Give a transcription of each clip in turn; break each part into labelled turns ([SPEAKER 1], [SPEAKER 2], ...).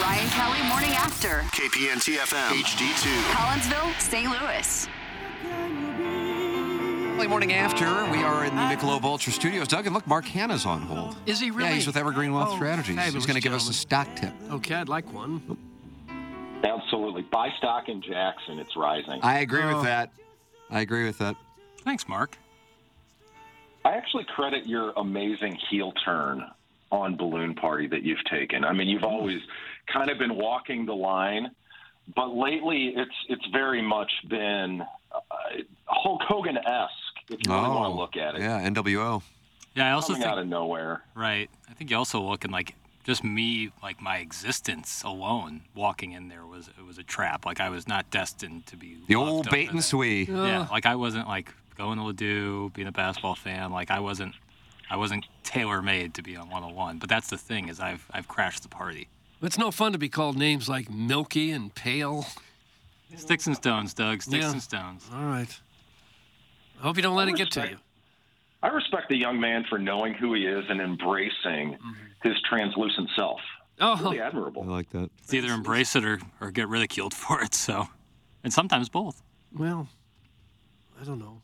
[SPEAKER 1] Ryan Kelly Morning After.
[SPEAKER 2] KPNT FM HD2.
[SPEAKER 1] Collinsville, St. Louis.
[SPEAKER 3] Early morning after, we are in the Michelob Ultra Studios. Doug, and look, Mark Hanna's on hold.
[SPEAKER 4] Is he
[SPEAKER 3] Yeah,
[SPEAKER 4] really?
[SPEAKER 3] he's with Evergreen Wealth
[SPEAKER 4] Oh,
[SPEAKER 3] Strategies. He's
[SPEAKER 4] fabulous
[SPEAKER 3] going to give us a stock tip.
[SPEAKER 5] Okay, I'd like one.
[SPEAKER 6] Absolutely. Buy stock in Jackson. It's rising. I
[SPEAKER 3] I agree
[SPEAKER 7] Oh.
[SPEAKER 3] with that. I agree with that.
[SPEAKER 4] Thanks, Mark.
[SPEAKER 6] actually credit your amazing heel turn on Balloon Party that you've taken. I mean, you've always kind of been walking the line, but lately it's it's very much been uh, Hulk Hogan esque, if you really want to look at it.
[SPEAKER 3] Oh, Yeah, NWO.
[SPEAKER 4] Yeah, I also
[SPEAKER 6] Coming
[SPEAKER 4] think
[SPEAKER 6] out of nowhere.
[SPEAKER 4] right. I think you also looking like just me, like my existence alone, walking in there was it was a trap. Like I was not destined to be
[SPEAKER 3] The
[SPEAKER 4] loved
[SPEAKER 3] old
[SPEAKER 4] other
[SPEAKER 3] bait and
[SPEAKER 4] than-
[SPEAKER 3] swee.
[SPEAKER 4] Yeah, like I wasn't like going to Ladue, being a basketball fan. Like I wasn't, I wasn't tailor made to be on 101. But that's the thing is I've I've crashed the party.
[SPEAKER 7] It's no fun to be called names like Milky and Pale.
[SPEAKER 4] Sticks and stones, Doug. Sticks
[SPEAKER 7] Yeah.
[SPEAKER 4] and stones.
[SPEAKER 7] All right. I hope you don't let it get to you.
[SPEAKER 6] I respect the young man for knowing who he is and embracing
[SPEAKER 7] Mm-hmm.
[SPEAKER 6] his translucent self.
[SPEAKER 7] Oh,
[SPEAKER 6] Really admirable.
[SPEAKER 3] I like that.
[SPEAKER 4] It's either embrace it or, or get ridiculed for it. So, and sometimes both.
[SPEAKER 7] well, I don't know.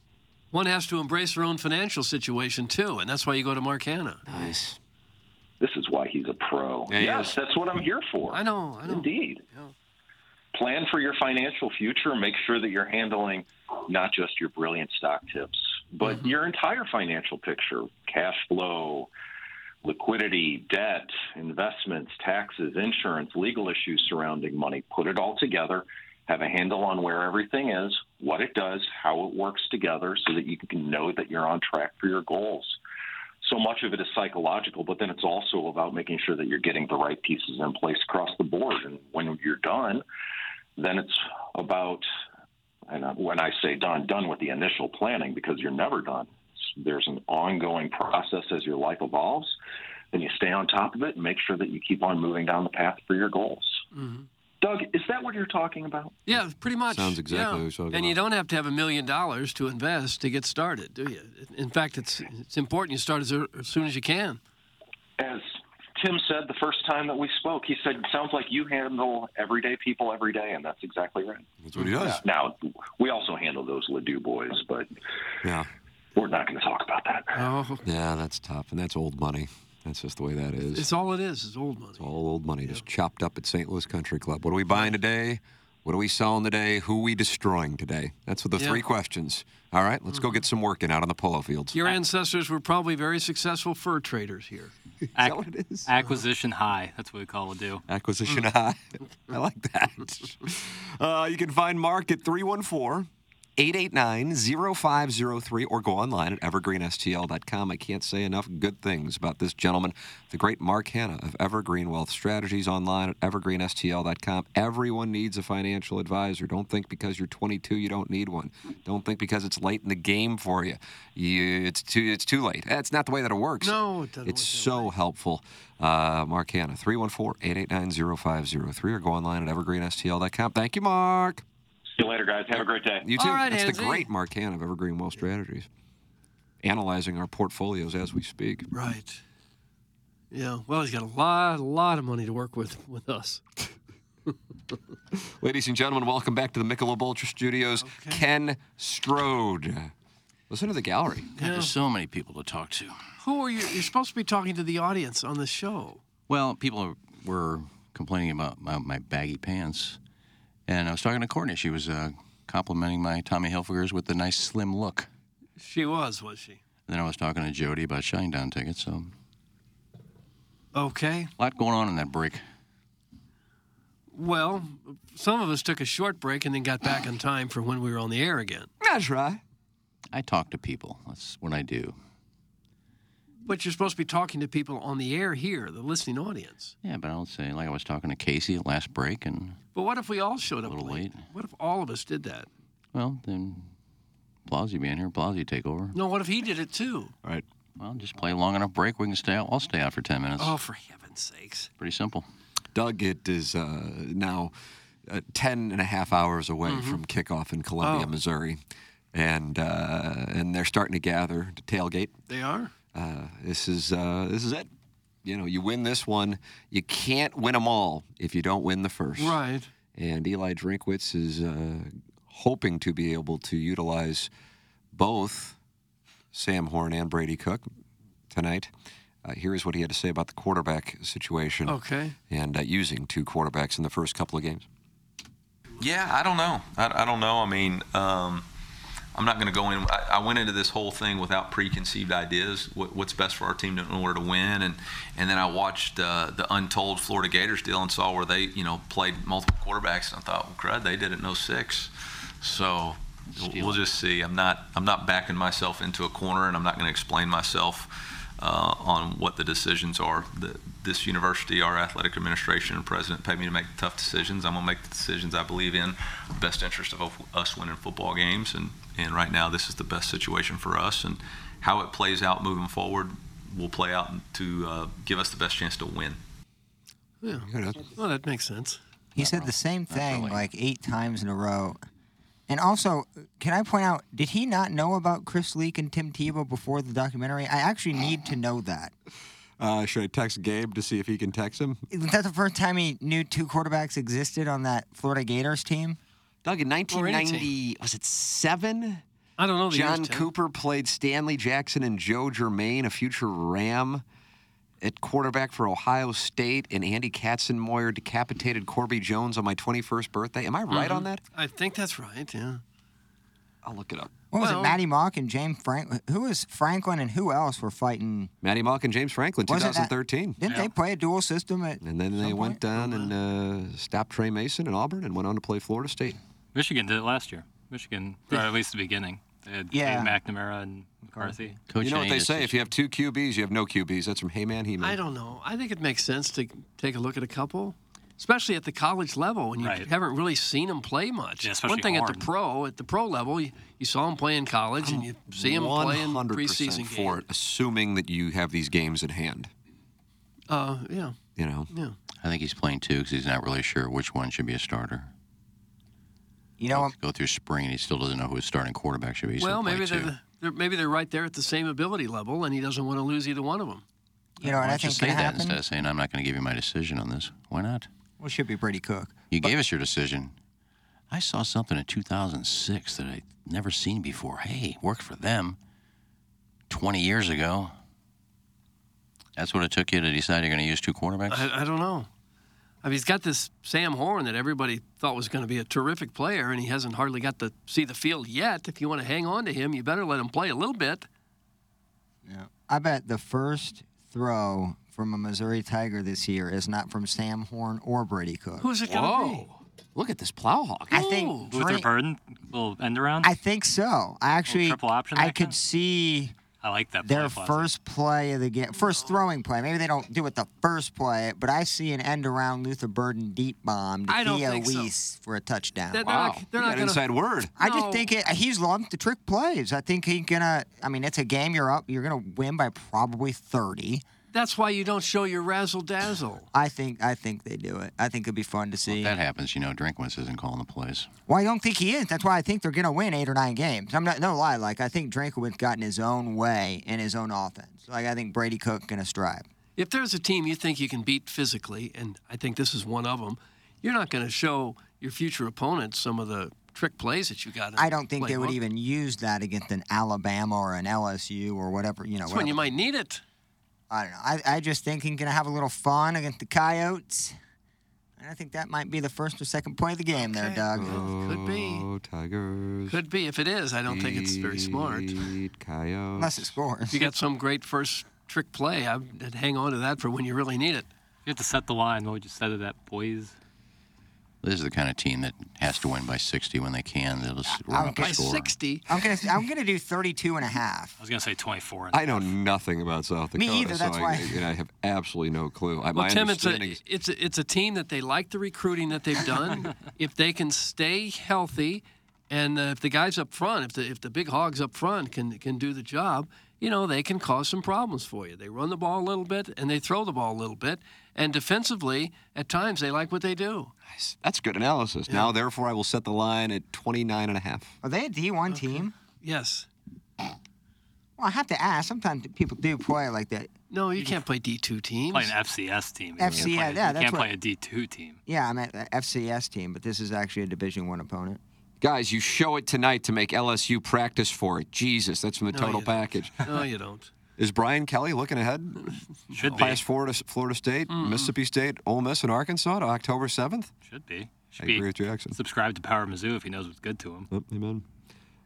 [SPEAKER 7] One has to embrace their own financial situation, too, and that's why you go to Mark Hanna.
[SPEAKER 3] Nice.
[SPEAKER 6] This is why he's a pro.
[SPEAKER 3] Yeah, he
[SPEAKER 6] yes,
[SPEAKER 3] is.
[SPEAKER 6] that's what I'm here for.
[SPEAKER 7] I know, I know.
[SPEAKER 6] Indeed.
[SPEAKER 7] Yeah.
[SPEAKER 6] Plan for your financial future. Make sure that you're handling not just your brilliant stock tips, but
[SPEAKER 7] Mm-hmm.
[SPEAKER 6] your entire financial picture cash flow, liquidity, debt, investments, taxes, insurance, legal issues surrounding money. Put it all together. Have a handle on where everything is, what it does, how it works together, so that you can know that you're on track for your goals so much of it is psychological, but then it's also about making sure that you're getting the right pieces in place across the board. And when you're done, then it's about, and I- when I say done, done with the initial planning because you're never done. There's an ongoing process as your life evolves. Then you stay on top of it and make sure that you keep on moving down the path for your goals. Doug, is that what you're talking about?
[SPEAKER 7] Mm-hmm. Yeah, pretty much.
[SPEAKER 3] Sounds exactly
[SPEAKER 7] yeah.
[SPEAKER 3] what you're talking
[SPEAKER 7] And you
[SPEAKER 3] about.
[SPEAKER 7] don't have to have a million dollars to invest to get started, do you? In fact, it's it's important you start as, ear- as soon as you can.
[SPEAKER 6] as Tim said the first time that we spoke, he said, "Sounds like you handle everyday people every day," and that's exactly right.
[SPEAKER 3] That's what he does.
[SPEAKER 6] Now, we also handle those Ledoux boys, but
[SPEAKER 3] Yeah.
[SPEAKER 6] we're not going to talk about that.
[SPEAKER 7] Oh,
[SPEAKER 3] Yeah, that's tough. And that's old money. That's just the way that is.
[SPEAKER 7] it's all it is. It's old money.
[SPEAKER 3] all old money just chopped up at St. Louis Country Club. What are we buying today? What are we selling today? Who are we destroying today? That's what the
[SPEAKER 7] Yeah. Mm-hmm.
[SPEAKER 3] three questions. All right, let's go get some work in out on the polo fields.
[SPEAKER 7] Your ancestors were probably very successful fur traders here.
[SPEAKER 4] Ac-
[SPEAKER 3] that what it is?
[SPEAKER 4] Acquisition high. That's what we call Ladue.
[SPEAKER 3] Acquisition high. I like that. Uh, you can find Mark at 314 889 0503 or go online at evergreenstl.com. I can't say enough good things about this gentleman, the great Mark Hanna of Evergreen Wealth Strategies, online at evergreenstl.com. Everyone needs a financial advisor. Don't think because you're 22 you don't need one. Don't think because it's late in the game for you, you it's, too, it's too late. That's not the way that it works.
[SPEAKER 7] No, it doesn't
[SPEAKER 3] It's
[SPEAKER 7] work that
[SPEAKER 3] so helpful. Uh, Mark Hanna, 314-889-0503 or go online at evergreenstl.com. Thank you, Mark.
[SPEAKER 6] See you later, guys. Have a great day.
[SPEAKER 3] You too.
[SPEAKER 7] All right,
[SPEAKER 3] That's the
[SPEAKER 7] Hansi.
[SPEAKER 3] great Mark Hanna of Evergreen Wealth Strategies. Analyzing our portfolios as we speak.
[SPEAKER 7] Right. Yeah. Well, he's got a lot, a lot of money to work with with us.
[SPEAKER 3] Ladies and gentlemen, welcome back to the Michelob Ultra Studios. Ken Strode. Listen to the gallery.
[SPEAKER 8] God, There's so many people to talk to.
[SPEAKER 7] Who are you? You're supposed to be talking to the audience on the show.
[SPEAKER 8] Well, people are- were complaining about my, my baggy pants, and I was talking to Courtney. She was uh, complimenting my Tommy Hilfigers with the nice slim look.
[SPEAKER 7] She was, was she?
[SPEAKER 8] And then I was talking to Jody about Shinedown tickets. So
[SPEAKER 7] Okay.
[SPEAKER 8] a lot going on in that break.
[SPEAKER 7] Well, some of us took a short break and then got back in time for when we were on the air again.
[SPEAKER 3] That's right.
[SPEAKER 8] I talk to people. That's what I do.
[SPEAKER 7] But you're supposed to be talking to people on the air here, the listening audience.
[SPEAKER 8] Yeah, but I would say, like I was talking to Casey at last break, and
[SPEAKER 7] But what if we all showed
[SPEAKER 8] a
[SPEAKER 7] up
[SPEAKER 8] little
[SPEAKER 7] late?
[SPEAKER 8] late.
[SPEAKER 7] What if all of us did that?
[SPEAKER 8] Well, then Blasi being here, Blasi take over.
[SPEAKER 7] No, what if he did it too?
[SPEAKER 3] All right.
[SPEAKER 8] Well, just play a long enough break. We can stay out. I'll stay out for 10 minutes.
[SPEAKER 7] Oh, for heaven's sakes.
[SPEAKER 8] Pretty simple.
[SPEAKER 3] Doug, it is uh, now uh, 10 and a half hours away
[SPEAKER 7] Mm-hmm.
[SPEAKER 3] from kickoff in Columbia,
[SPEAKER 7] Oh.
[SPEAKER 3] Missouri. And uh, and they're starting to gather to tailgate.
[SPEAKER 7] They are?
[SPEAKER 3] Uh, this is uh, this is it. You know, you win this one. You can't win them all if you don't win the first.
[SPEAKER 7] Right.
[SPEAKER 3] And Eli Drinkwitz is uh, hoping to be able to utilize both Sam Horn and Brady Cook tonight. Uh, here is what he had to say about the quarterback situation
[SPEAKER 7] Okay.
[SPEAKER 3] and uh, using two quarterbacks in the first couple of games.
[SPEAKER 9] Yeah, I don't know. I, I don't know. I mean, um, I'm not going to go in. I, I went into this whole thing without preconceived ideas. What, what's best for our team in order to win, and and then I watched uh, the Untold Florida Gators deal and saw where they you know played multiple quarterbacks, and I thought, well, crud, they did it in 06. So we'll- we'll just see. I'm not I'm not backing myself into a corner, and I'm not going to explain myself uh, on what the decisions are. The, this university, our athletic administration, and president paid me to make the tough decisions. I'm going to make the decisions I believe in, best interest of us winning football games, and and right now this is the best situation for us. And how it plays out moving forward will play out to uh, give us the best chance to win.
[SPEAKER 7] Yeah. Well, that makes sense.
[SPEAKER 10] He said the same thing
[SPEAKER 8] really.
[SPEAKER 10] like eight times in a row. And also, can I point out, did he not know about Chris Leak and Tim Tebow before the documentary? I actually need to know that.
[SPEAKER 3] Uh, should I text Gabe to see if he can text him?
[SPEAKER 10] Isn't that the first time he knew two quarterbacks existed on that Florida Gators team?
[SPEAKER 3] Doug, in
[SPEAKER 7] any team.
[SPEAKER 3] 1990, was it seven?
[SPEAKER 7] I don't know the
[SPEAKER 3] John
[SPEAKER 7] years, Ted.
[SPEAKER 3] Cooper played Stanley Jackson and Joe Germain, a future Ram, at quarterback for Ohio State, and Andy Katzenmoyer decapitated Corby Jones on my 21st birthday. Am I right
[SPEAKER 7] Mm-hmm.
[SPEAKER 3] on that?
[SPEAKER 7] I think that's right, yeah.
[SPEAKER 3] I'll look it up.
[SPEAKER 10] What was
[SPEAKER 7] Well-
[SPEAKER 10] it? Matty Mock and James Franklin. Who was Franklin and who else were fighting?
[SPEAKER 3] Matty Mock and James Franklin,
[SPEAKER 10] Wasn't that-
[SPEAKER 3] 2013.
[SPEAKER 10] Didn't they play a dual system at?
[SPEAKER 3] And then they
[SPEAKER 10] some
[SPEAKER 3] went
[SPEAKER 10] point?
[SPEAKER 3] down and uh, stopped Trey Mason in Auburn and went on to play Florida State.
[SPEAKER 4] Michigan did it last year. Michigan, or at least the beginning. They had
[SPEAKER 10] Yeah.
[SPEAKER 4] Dave McNamara and McCarthy.
[SPEAKER 8] Coach
[SPEAKER 3] you know what they
[SPEAKER 8] Haynes
[SPEAKER 3] say?
[SPEAKER 8] is-
[SPEAKER 3] If you have two QBs, you have no QBs. That's from Hey Man, He Man.
[SPEAKER 7] I don't know. I think it makes sense to take a look at a couple, especially at the college level when you
[SPEAKER 4] Right.
[SPEAKER 7] haven't really seen them play much.
[SPEAKER 4] Yeah,
[SPEAKER 7] One
[SPEAKER 4] especially
[SPEAKER 7] thing at
[SPEAKER 4] Horn.
[SPEAKER 7] the pro, at the pro level, you, you saw him play in college and you see him play in
[SPEAKER 3] 100%
[SPEAKER 7] preseason
[SPEAKER 3] for
[SPEAKER 7] games.
[SPEAKER 3] it, assuming that you have these games at hand.
[SPEAKER 7] Uh, yeah.
[SPEAKER 3] You know,
[SPEAKER 8] I think he's playing two because he's not really sure which one should be a starter.
[SPEAKER 10] You know, um,
[SPEAKER 8] Go through spring, and he still doesn't know who his starting quarterback should be. so
[SPEAKER 7] well,
[SPEAKER 8] he'll play
[SPEAKER 7] maybe
[SPEAKER 8] two.
[SPEAKER 7] they're, they're maybe they're right there at the same ability level, and he doesn't want to lose either one of them.
[SPEAKER 10] you know,
[SPEAKER 8] Why
[SPEAKER 10] and I
[SPEAKER 8] don't you
[SPEAKER 10] think
[SPEAKER 8] say
[SPEAKER 10] can
[SPEAKER 8] that
[SPEAKER 10] happen.
[SPEAKER 8] instead of saying I'm not going to give you my decision on this? Why not?
[SPEAKER 10] Well, it should be Brady Cook.
[SPEAKER 8] You gave us your decision. I saw something in 2006 that I'd never seen before. Hey, worked for them 20 years ago. That's what it took you to decide you're going to use two quarterbacks?
[SPEAKER 7] I, I don't know. I mean, he's got this Sam Horn that everybody thought was going to be a terrific player, and he hasn't hardly got to see the field yet. If you want to hang on to him, you better let him play a little bit.
[SPEAKER 10] I bet the first throw from a Missouri Tiger this year is not from Sam Horn or Brady Cook.
[SPEAKER 7] Who's it going to be?
[SPEAKER 3] look at this Plowhawk.
[SPEAKER 10] I
[SPEAKER 7] Ooh.
[SPEAKER 10] think
[SPEAKER 4] Luther
[SPEAKER 10] Drake-
[SPEAKER 4] Burden, little end around.
[SPEAKER 10] I think so. I actually
[SPEAKER 4] triple option
[SPEAKER 10] I
[SPEAKER 4] that
[SPEAKER 10] could
[SPEAKER 4] kind?
[SPEAKER 10] see
[SPEAKER 4] I like that.
[SPEAKER 10] their
[SPEAKER 4] play, Flossie.
[SPEAKER 10] first play of the game, first throwing play. Maybe they don't do it the first play, but I see an end around Luther Burden deep bomb to
[SPEAKER 7] I don't
[SPEAKER 10] Theo
[SPEAKER 3] E
[SPEAKER 7] think so.
[SPEAKER 10] Weiss for a touchdown.
[SPEAKER 7] That-
[SPEAKER 3] Wow,
[SPEAKER 7] They're not-
[SPEAKER 3] they're
[SPEAKER 7] they're
[SPEAKER 3] not
[SPEAKER 7] not
[SPEAKER 3] an
[SPEAKER 7] gonna-
[SPEAKER 3] inside word.
[SPEAKER 10] E I just
[SPEAKER 7] No.
[SPEAKER 10] think it, he's loved to trick plays. I think he's gonna. I mean, it's a game. You're up. You're gonna win by probably thirty.
[SPEAKER 7] That's why you don't show your razzle dazzle.
[SPEAKER 10] I think. I think they do it. I think it'd be fun to see.
[SPEAKER 8] If that happens, you know, Drinkwitz isn't calling the plays.
[SPEAKER 10] Well, I don't think he is. That's why I think they're going to win eight or nine games. I'm not no lie. Like I think Drinkowitz got in his own way in his own offense. Like I think Brady Cook going to strive.
[SPEAKER 7] If there's a team you think you can beat physically, and I think this is one of them, you're not going to show your future opponents some of the trick plays that you got. in
[SPEAKER 10] I don't think they would
[SPEAKER 7] playbook.
[SPEAKER 10] even use that against an Alabama or an LSU or whatever. You know,
[SPEAKER 7] That's when you
[SPEAKER 10] whatever.
[SPEAKER 7] might need it.
[SPEAKER 10] I don't know. I, I just think he's going to have a little fun against the Coyotes. And I think that might be the first or second play of the game there,
[SPEAKER 7] Okay.
[SPEAKER 10] Doug.
[SPEAKER 7] Could be.
[SPEAKER 3] Oh, Tigers.
[SPEAKER 7] Could be. If it is, I don't think it's very smart.
[SPEAKER 3] beat Coyotes.
[SPEAKER 10] Unless it scores.
[SPEAKER 7] you got some great first trick play, I'd hang on to that for when you really need it.
[SPEAKER 4] If you had to set the line, what would you set it at, boys?
[SPEAKER 8] This is the kind of team that has to win by 60 when they can. They'll just run up the score.
[SPEAKER 10] I'm gonna I'm gonna do 32 and a half.
[SPEAKER 4] I was gonna say 24.
[SPEAKER 3] I know nothing about South
[SPEAKER 10] Me
[SPEAKER 3] Dakota.
[SPEAKER 10] either, that's
[SPEAKER 3] so
[SPEAKER 10] why.
[SPEAKER 3] I, and I have absolutely no clue. I,
[SPEAKER 7] Well,
[SPEAKER 3] my
[SPEAKER 7] Tim, it's a,
[SPEAKER 3] understanding is
[SPEAKER 7] it's, a, it's a team that they like the recruiting that they've done. if they can stay healthy, and uh, if the guys up front, if the if the big hogs up front can can do the job, you know they can cause some problems for you. They run the ball a little bit and they throw the ball a little bit, and defensively, at times they like what they do.
[SPEAKER 3] that's good analysis. Now, therefore, I will set the line at 29 and a half.
[SPEAKER 10] Are they a D1 team?
[SPEAKER 7] Yes.
[SPEAKER 10] Well, I have to ask. Sometimes people do play like that.
[SPEAKER 7] No, you, can't play D2 teams.
[SPEAKER 4] Play an FCS team. You
[SPEAKER 10] FCS,
[SPEAKER 4] can't play, a-
[SPEAKER 10] yeah,
[SPEAKER 4] you
[SPEAKER 10] that's
[SPEAKER 4] can't
[SPEAKER 10] what-
[SPEAKER 4] play a D2 team.
[SPEAKER 10] Yeah, I'm at the FCS team, but this is actually a Division One opponent.
[SPEAKER 3] Guys, you show it tonight to make LSU practice for it. Jesus, that's from the
[SPEAKER 10] No,
[SPEAKER 3] total
[SPEAKER 10] you don't.
[SPEAKER 3] package.
[SPEAKER 7] No, you don't.
[SPEAKER 3] Is Brian Kelly looking ahead?
[SPEAKER 4] Should
[SPEAKER 3] Past Florida, Florida State,
[SPEAKER 4] Mm-mm.
[SPEAKER 3] Mississippi State, Ole Miss, and Arkansas to October 7th.
[SPEAKER 4] Should be. Should
[SPEAKER 3] I
[SPEAKER 4] be
[SPEAKER 3] agree with Jackson.
[SPEAKER 4] subscribed to Power Mizzou if he knows what's good to him.
[SPEAKER 3] Yep, amen.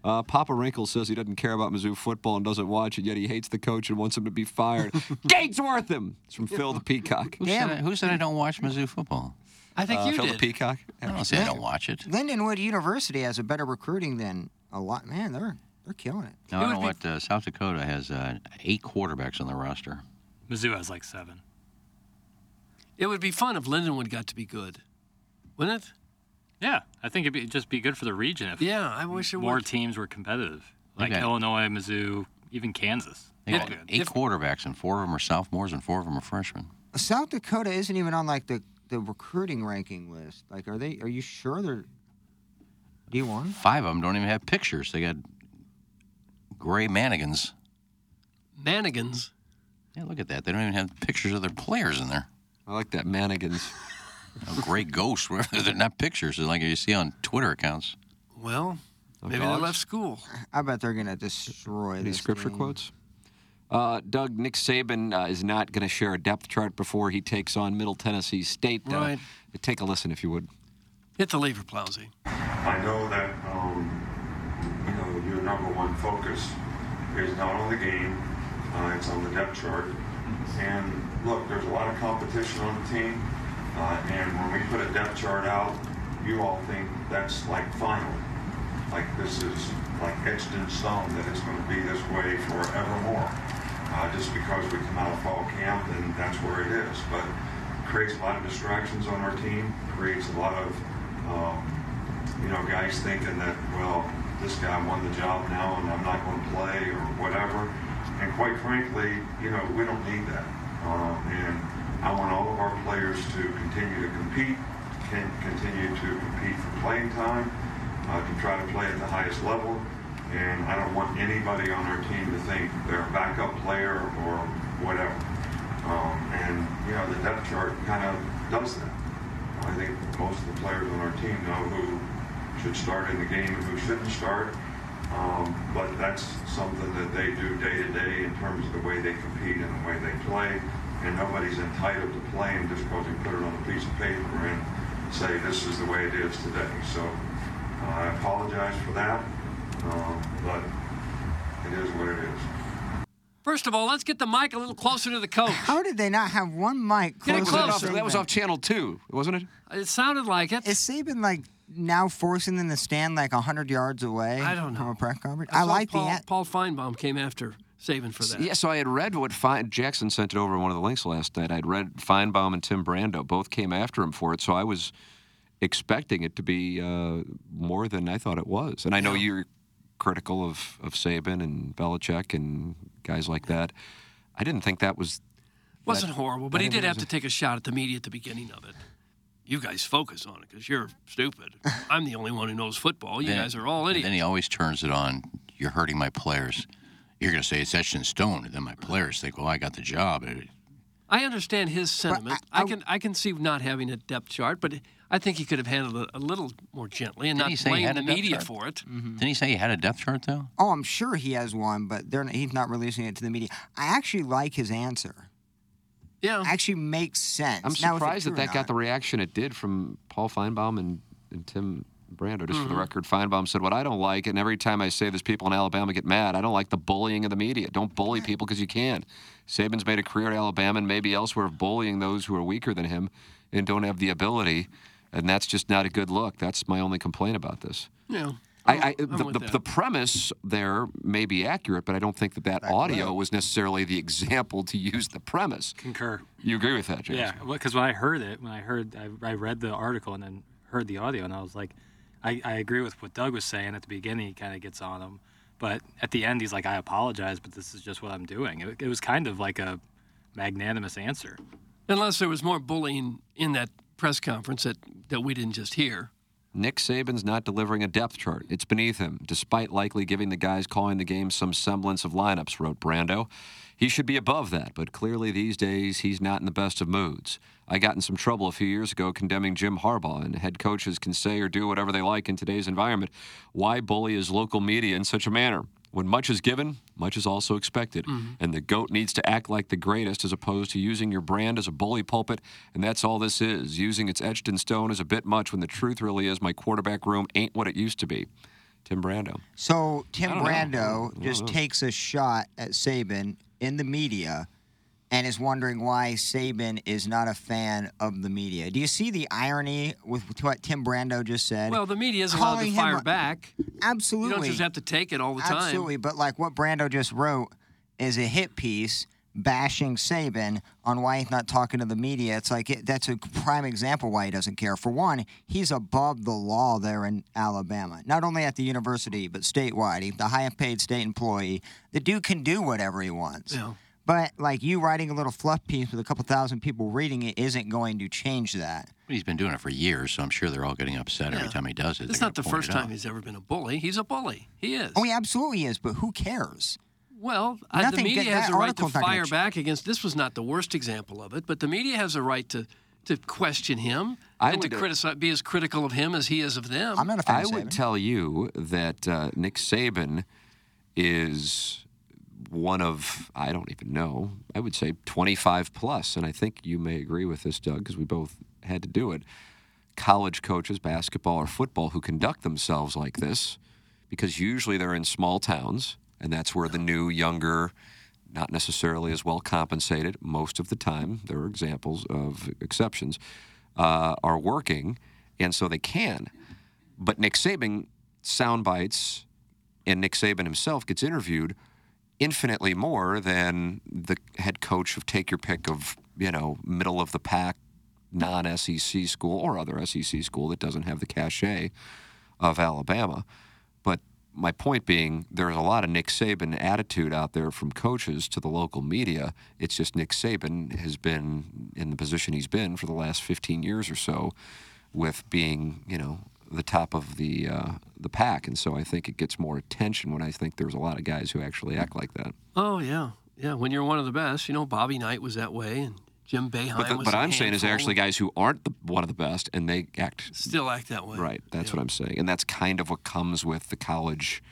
[SPEAKER 3] Uh, Papa Wrinkle says he doesn't care about Mizzou football and doesn't watch it, yet he hates the coach and wants him to be fired. Gates worth him. It's from Phil the Peacock.
[SPEAKER 8] Who, said I, who said I don't watch Mizzou football?
[SPEAKER 7] I
[SPEAKER 3] Uh, Phil the Peacock.
[SPEAKER 8] I don't say I don't watch it.
[SPEAKER 10] Lindenwood University has a better recruiting than a lot. Man, they're they're killing it.
[SPEAKER 8] No, I don't what uh, South Dakota has uh, eight quarterbacks on the roster.
[SPEAKER 4] Mizzou has like seven.
[SPEAKER 7] It would be fun if Lindenwood got to be good, wouldn't it?
[SPEAKER 4] Yeah, I think it'd be, just be good for the region if
[SPEAKER 7] Yeah, I wish it
[SPEAKER 4] more
[SPEAKER 7] would.
[SPEAKER 4] teams were competitive, like
[SPEAKER 8] Okay.
[SPEAKER 4] Illinois, Mizzou, even Kansas.
[SPEAKER 8] They
[SPEAKER 4] All
[SPEAKER 8] got
[SPEAKER 4] good.
[SPEAKER 8] eight quarterbacks, and four of them are sophomores, and four of them are freshmen.
[SPEAKER 10] South Dakota isn't even on like the, the recruiting ranking list. Like, are they? Are you sure they're D1?
[SPEAKER 8] Five of them don't even have pictures. They got gray mannequins.
[SPEAKER 7] Mannequins.
[SPEAKER 8] Yeah, look at that. They don't even have pictures of their players in there. Oh,
[SPEAKER 3] I like that mannequins.
[SPEAKER 8] gray ghosts. whatever. They're not pictures. They're like you see on Twitter accounts.
[SPEAKER 7] Well,
[SPEAKER 8] maybe they dogs? left
[SPEAKER 7] school.
[SPEAKER 10] I bet they're gonna destroy
[SPEAKER 3] Any
[SPEAKER 10] this
[SPEAKER 3] scripture
[SPEAKER 10] team.
[SPEAKER 3] quotes? Uh, Doug, Nick Saban uh, is not going to share a depth chart before he takes on Middle Tennessee State. Uh,
[SPEAKER 7] Right.
[SPEAKER 3] Take a listen if you would.
[SPEAKER 7] Hit the lever, Plowsy.
[SPEAKER 11] I know that um, you know your number one focus is not on the game, uh, it's on the depth chart. And look, there's a lot of competition on the team, uh, and when we put a depth chart out, you all think that's like final, like this is like etched in stone that it's going to be this way forevermore. Uh, just because we come out of fall camp and that's where it is, but creates a lot of distractions on our team, creates a lot of um, you know, guys thinking that, well, this guy won the job now and I'm not going to play or whatever. And quite frankly, you know, we don't need that. Um, and I want all of our players to continue to compete, can continue to compete for playing time, uh, to try to play at the highest level. And I don't want anybody on our team to think they're a backup player or whatever. Um, and, you know, the depth chart kind of does that. I think most of the players on our team know who should start in the game and who shouldn't start. Um, but that's something that they do day to day in terms of the way they compete and the way they play. And nobody's entitled to play them just because you put it on a piece of paper and say this is the way it is today. So uh, I apologize for that, um, but it is what it is.
[SPEAKER 7] First of all, let's get the mic a little closer to the coach.
[SPEAKER 10] How did they not have one mic
[SPEAKER 7] Get it
[SPEAKER 10] close?
[SPEAKER 7] close.
[SPEAKER 10] To the
[SPEAKER 7] That was off
[SPEAKER 3] Channel Two, wasn't it?
[SPEAKER 7] It sounded like it.
[SPEAKER 10] Is Saban like now forcing them to stand like hundred yards away? I don't know. From a press conference? I,
[SPEAKER 7] saw
[SPEAKER 10] like
[SPEAKER 7] Paul,
[SPEAKER 10] the at-
[SPEAKER 7] Paul Feinbaum came after Saban for that.
[SPEAKER 3] Yeah, so I had read what Fein- Jackson sent it over in one of the links last night. I'd read Feinbaum and Tim Brando both came after him for it, so I was expecting it to be uh, more than I thought it was. And I know you're critical of, of Saban and Belichick and guys like that. I didn't think that was.
[SPEAKER 7] Wasn't
[SPEAKER 3] that-
[SPEAKER 7] horrible, but
[SPEAKER 3] I
[SPEAKER 7] he
[SPEAKER 3] didn't
[SPEAKER 7] did have
[SPEAKER 3] think
[SPEAKER 7] to take a shot at the media at the beginning of it. You guys focus on it because you're stupid. I'm the only one who knows football. You
[SPEAKER 8] Then-
[SPEAKER 7] guys are all idiots.
[SPEAKER 8] Then he always turns it on. You're hurting my players. You're going to say it's etched in stone. And then my players think, well, I got the job. It-
[SPEAKER 7] I understand his sentiment. I, can I can see not having a depth chart, but I think he could have handled it a little more gently and
[SPEAKER 8] Didn't he
[SPEAKER 7] not
[SPEAKER 8] say he
[SPEAKER 7] blame
[SPEAKER 8] had
[SPEAKER 7] the
[SPEAKER 8] a depth
[SPEAKER 7] media
[SPEAKER 8] chart?
[SPEAKER 7] for it.
[SPEAKER 8] Didn't he say he had a depth chart, though?
[SPEAKER 10] Oh, I'm sure he has one, but they're not, he's not releasing it to the media. I actually like his answer.
[SPEAKER 7] Yeah,
[SPEAKER 10] actually makes sense.
[SPEAKER 3] I'm
[SPEAKER 10] Now, if
[SPEAKER 3] surprised that
[SPEAKER 10] it's
[SPEAKER 3] that
[SPEAKER 10] true or
[SPEAKER 3] got the reaction it did from Paul Feinbaum and, and Tim Brando. Just for the
[SPEAKER 10] Mhm.
[SPEAKER 3] record, Feinbaum said, What I don't like, and every time I say this, people in Alabama get mad. I don't like the bullying of the media. Don't bully people because you can. Saban's made a career at Alabama and maybe elsewhere of bullying those who are weaker than him and don't have the ability. and that's just not a good look. That's my only complaint about this.
[SPEAKER 7] Yeah.
[SPEAKER 3] I, I,
[SPEAKER 7] I'm
[SPEAKER 3] the,
[SPEAKER 7] with
[SPEAKER 3] the,
[SPEAKER 7] that.
[SPEAKER 3] the premise there may be accurate, but I don't think that that audio was necessarily the example to use the premise.
[SPEAKER 4] Concur.
[SPEAKER 3] You agree with that, James?
[SPEAKER 4] Yeah, because when I heard it, when I heard, I, I read the article and then heard the audio, and I was like, I, I agree with what Doug was saying at the beginning. He kind of gets on him, but at the end, he's like, I apologize, but this is just what I'm doing. It, it was kind of like a magnanimous answer.
[SPEAKER 7] Unless there was more bullying in that press conference that, that we didn't just hear.
[SPEAKER 3] Nick Saban's not delivering a depth chart. It's beneath him, despite likely giving the guys calling the game some semblance of lineups, wrote Brando. He should be above that, but clearly these days he's not in the best of moods. I got in some trouble a few years ago condemning Jim Harbaugh, and head coaches can say or do whatever they like in today's environment. Why bully his local media in such a manner? When much is given, much is also expected.
[SPEAKER 7] Mm-hmm.
[SPEAKER 6] Mm-hmm.
[SPEAKER 3] And the GOAT needs to act like the greatest as opposed to using your brand as a bully pulpit. And that's all this is. Using its etched in stone is a bit much when the truth really is my quarterback room ain't what it used to be. Tim Brando.
[SPEAKER 10] So Tim
[SPEAKER 3] I don't know.
[SPEAKER 10] Brando
[SPEAKER 3] I
[SPEAKER 10] just
[SPEAKER 3] don't know.
[SPEAKER 10] takes a shot at Saban in the media and is wondering why Saban is not a fan of the media. Do you see the irony with what Tim Brando just said?
[SPEAKER 7] Well, the media is allowed
[SPEAKER 10] Calling
[SPEAKER 7] to
[SPEAKER 10] him
[SPEAKER 7] fire
[SPEAKER 10] a-
[SPEAKER 7] back.
[SPEAKER 10] Absolutely.
[SPEAKER 7] You don't just have to take it all the time.
[SPEAKER 10] Absolutely, but like what Brando just wrote is a hit piece bashing Saban on why he's not talking to the media. It's like it, that's a prime example why he doesn't care. For one, he's above the law there in Alabama, not only at the university but statewide. He's the highest paid state employee. The dude can do whatever he wants.
[SPEAKER 7] Yeah.
[SPEAKER 10] But like you writing a little fluff piece with a couple thousand people reading it isn't going to change that.
[SPEAKER 8] But he's been doing it for years, so I'm sure they're all getting upset every time he does it.
[SPEAKER 7] It's
[SPEAKER 8] They're
[SPEAKER 7] not the
[SPEAKER 8] gonna point
[SPEAKER 7] first
[SPEAKER 8] it
[SPEAKER 7] time
[SPEAKER 8] out.
[SPEAKER 7] he's ever been a bully. He's a bully. He is.
[SPEAKER 10] Oh, he absolutely is, but who cares?
[SPEAKER 7] Well, I, the
[SPEAKER 10] Nothing
[SPEAKER 7] media
[SPEAKER 10] get-
[SPEAKER 7] has
[SPEAKER 10] that
[SPEAKER 7] a right to
[SPEAKER 10] article's not gonna
[SPEAKER 7] fire
[SPEAKER 10] ch-
[SPEAKER 7] back against. This was not the worst example of it, but the media has a right to to question him
[SPEAKER 3] I
[SPEAKER 7] and to
[SPEAKER 3] would, uh,
[SPEAKER 7] criticize, be as critical of him as he is of them.
[SPEAKER 3] I would tell you that uh, Nick Saban is one of I don't even know. I would say 25 plus, and I think you may agree with this, Doug, because we both had to do it. College coaches, basketball or football, who conduct themselves like this, because usually they're in small towns, and that's where the new, younger, not necessarily as well compensated most of the time. There are examples of exceptions uh, are working, and so they can. But Nick Saban sound bites and Nick Saban himself gets interviewed infinitely more than the head coach of take your pick of you know middle of the pack non-SEC school or other SEC school that doesn't have the cachet of Alabama. But my point being, there's a lot of Nick Saban attitude out there from coaches to the local media. It's just Nick Saban has been in the position he's been for the last 15 years or so, with being you know the top of the uh, the pack, and so I think it gets more attention when I think there's a lot of guys who actually act like that.
[SPEAKER 7] Oh yeah, yeah. When you're one of the best, you know Bobby Knight was that way, and Jim Boeheim
[SPEAKER 3] But, the-
[SPEAKER 7] was.
[SPEAKER 3] but
[SPEAKER 7] a
[SPEAKER 3] I'm saying is there
[SPEAKER 7] handful,
[SPEAKER 3] actually guys who aren't the, one of the best, and they act
[SPEAKER 7] and still act that way.
[SPEAKER 3] Right. That's what I'm saying. And that's kind of what comes with the college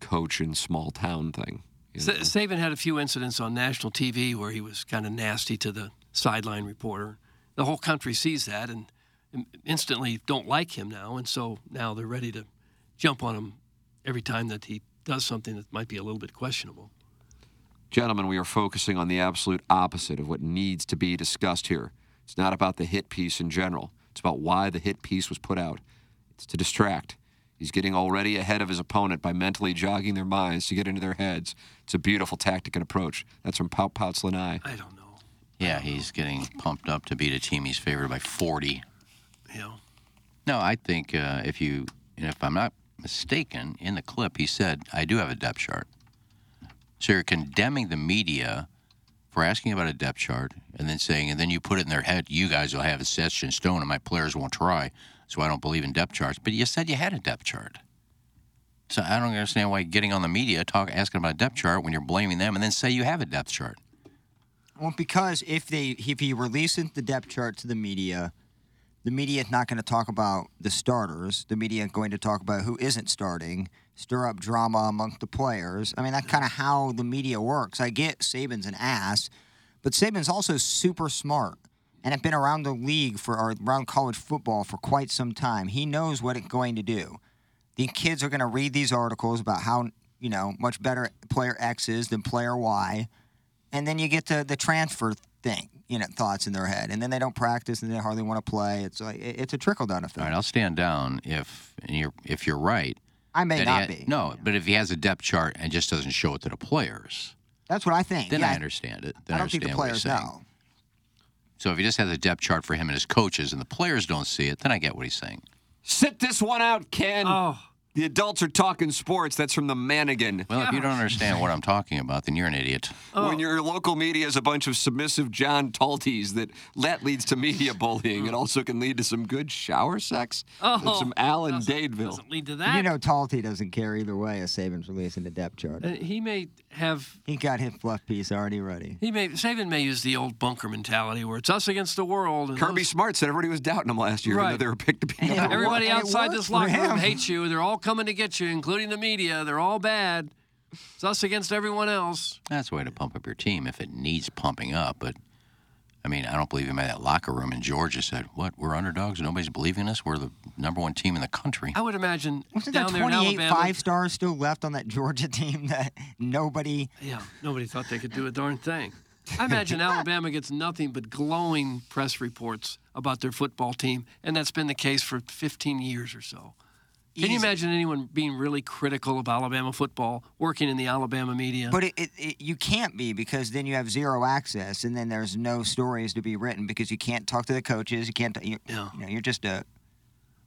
[SPEAKER 3] coach and small town thing.
[SPEAKER 7] Sa- Saban had a few incidents on national TV where he was kind of nasty to the sideline reporter. The whole country sees that and im- instantly don't like him now, and so now they're ready to jump on him every time that he does something that might be a little bit questionable.
[SPEAKER 3] Gentlemen, we are focusing on the absolute opposite of what needs to be discussed here. It's not about the hit piece in general, it's about why the hit piece was put out. It's to distract. He's getting already ahead of his opponent by mentally jogging their minds to get into their heads. It's a beautiful tactic and approach. That's from Pout Pouts Lanai.
[SPEAKER 7] I don't know.
[SPEAKER 8] Yeah, he's getting pumped up to beat a team he's favored by 40.
[SPEAKER 7] Yeah.
[SPEAKER 8] No, I think uh, if you, and if I'm not mistaken, in the clip he said, "I do have a depth chart." So you're condemning the media for asking about a depth chart, and then saying, and then you put it in their head, "You guys will have a set in stone, and my players won't try." So I don't believe in depth charts. But you said you had a depth chart. So I don't understand why getting on the media talk asking about a depth chart when you're blaming them, and then say you have a depth chart.
[SPEAKER 10] Well, because if they if he releases the depth chart to the media, the media is not going to talk about the starters. The media is going to talk about who isn't starting, stir up drama among the players. I mean, that's kind of how the media works. I get Saban's an ass, but Saban's also super smart and have been around the league for or around college football for quite some time. He knows what it's going to do. The kids are going to read these articles about how you know much better player X is than player Y and then you get the the transfer thing. you know thoughts in their head, and then they don't practice, and they hardly want to play. It's like it- it's a trickle down effect.
[SPEAKER 8] All right, I'll stand down if and you're if you're right.
[SPEAKER 10] I may
[SPEAKER 8] that he
[SPEAKER 10] not
[SPEAKER 8] had-
[SPEAKER 10] be.
[SPEAKER 8] No, but if he has a depth chart and just doesn't show it to the players,
[SPEAKER 10] That's what I think.
[SPEAKER 8] then
[SPEAKER 10] yeah,
[SPEAKER 8] I understand it. Then
[SPEAKER 10] I
[SPEAKER 8] I,
[SPEAKER 10] don't think
[SPEAKER 8] understand
[SPEAKER 10] the
[SPEAKER 8] what he's
[SPEAKER 10] players
[SPEAKER 8] saying.
[SPEAKER 10] know.
[SPEAKER 8] So if he just has a depth chart for him and his coaches, and the players don't see it, then I get what he's saying.
[SPEAKER 3] Sit this one out, Ken. Oh. The adults are talking sports. That's from the Manigan.
[SPEAKER 8] Well, if you don't understand what I'm talking about, then you're an idiot.
[SPEAKER 3] When your local media is a bunch of submissive John Talties, that that leads to media bullying. It also can lead to some good shower sex and
[SPEAKER 10] Oh,
[SPEAKER 3] some Alan Dadeville.
[SPEAKER 7] lead to
[SPEAKER 10] You know, Talty doesn't care either way. A Saban's release in the depth chart.
[SPEAKER 7] Uh, he may have
[SPEAKER 10] He got his fluff piece already ready.
[SPEAKER 7] he may Saban may use the old bunker mentality where it's us against the world. And
[SPEAKER 3] Kirby
[SPEAKER 7] those-
[SPEAKER 3] Smart said everybody was doubting him last year, even though
[SPEAKER 7] Right.
[SPEAKER 3] they were picked to be.
[SPEAKER 7] Yeah,
[SPEAKER 3] number
[SPEAKER 7] everybody
[SPEAKER 3] one.
[SPEAKER 7] outside this locker room hates you. They're all coming to get you, including the media. They're all bad. It's us against everyone else.
[SPEAKER 8] That's a way to pump up your team if it needs pumping up. But I mean, I don't believe him at that locker room in Georgia said, "What? We're underdogs. Nobody's believing us. We're the number one team in the country."
[SPEAKER 10] Oh.
[SPEAKER 7] I would imagine
[SPEAKER 10] Wasn't
[SPEAKER 7] down
[SPEAKER 10] there
[SPEAKER 7] there in
[SPEAKER 10] 28
[SPEAKER 7] Alabama.
[SPEAKER 10] five stars still left on that Georgia team that nobody?
[SPEAKER 7] Yeah, nobody thought they could do a darn thing. I imagine Alabama gets nothing but glowing press reports about their football team, and that's been the case for 15 years or so. Can you imagine anyone being really critical of Alabama football working in the Alabama media?
[SPEAKER 10] But it, it, it, you can't be because then you have zero access, and then there's no stories to be written because you can't talk to the coaches. You can't. You, you know, you're just a.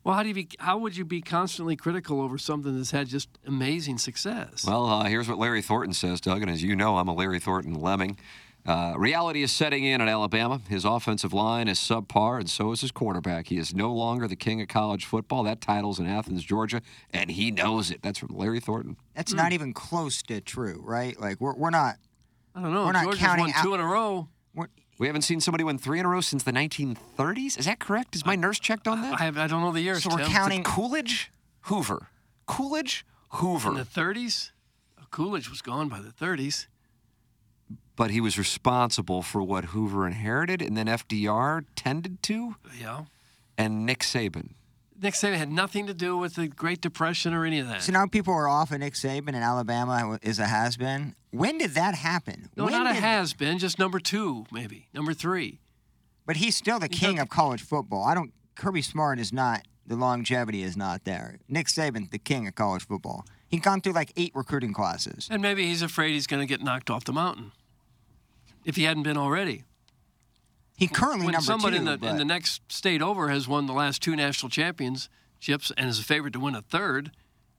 [SPEAKER 7] well, how do you be, how would you be constantly critical over something that's had just amazing success?
[SPEAKER 3] Well, uh, here's what Larry Thornton says, Doug. And as you know, I'm a Larry Thornton lemming. Uh, reality is setting in at Alabama. His offensive line is subpar, and so is his quarterback. He is no longer the king of college football. That title's in Athens, Georgia, and he knows it. That's from Larry Thornton.
[SPEAKER 10] That's
[SPEAKER 7] Hmm.
[SPEAKER 10] not even close to true, right? Like we're we're not.
[SPEAKER 7] I don't know.
[SPEAKER 10] We're not
[SPEAKER 7] Georgia's
[SPEAKER 10] counting
[SPEAKER 7] won
[SPEAKER 10] out-
[SPEAKER 7] two in a row.
[SPEAKER 3] We haven't seen somebody win three in a row since the 1930s. Is that correct? Is my nurse checked on that?
[SPEAKER 7] I, have, I don't know the year.
[SPEAKER 3] So we're
[SPEAKER 7] Tim.
[SPEAKER 3] counting Coolidge, Hoover, Coolidge,
[SPEAKER 7] in the
[SPEAKER 3] Hoover.
[SPEAKER 7] 30s. Coolidge was gone by the 30s.
[SPEAKER 3] But he was responsible for what Hoover inherited, and then FDR tended to,
[SPEAKER 7] Yeah.
[SPEAKER 3] and Nick Saban.
[SPEAKER 7] Nick Saban had nothing to do with the Great Depression or any of that.
[SPEAKER 10] So now people are off of Nick Saban, and Alabama is a has been. When did that happen?
[SPEAKER 7] No,
[SPEAKER 10] when
[SPEAKER 7] not a
[SPEAKER 10] did-
[SPEAKER 7] has been, just number two, maybe number three.
[SPEAKER 10] But he's still the king of college football. I don't. Kirby Smart is not. The longevity is not there. Nick Saban, the king of college football. He's gone through like eight recruiting classes.
[SPEAKER 7] And maybe he's afraid he's going to get knocked off the mountain if he hadn't been already.
[SPEAKER 10] He currently
[SPEAKER 7] when
[SPEAKER 10] number
[SPEAKER 7] someone
[SPEAKER 10] two.
[SPEAKER 7] in the in
[SPEAKER 10] but-
[SPEAKER 7] the next state over has won the last two national championships and is a favorite to win a third,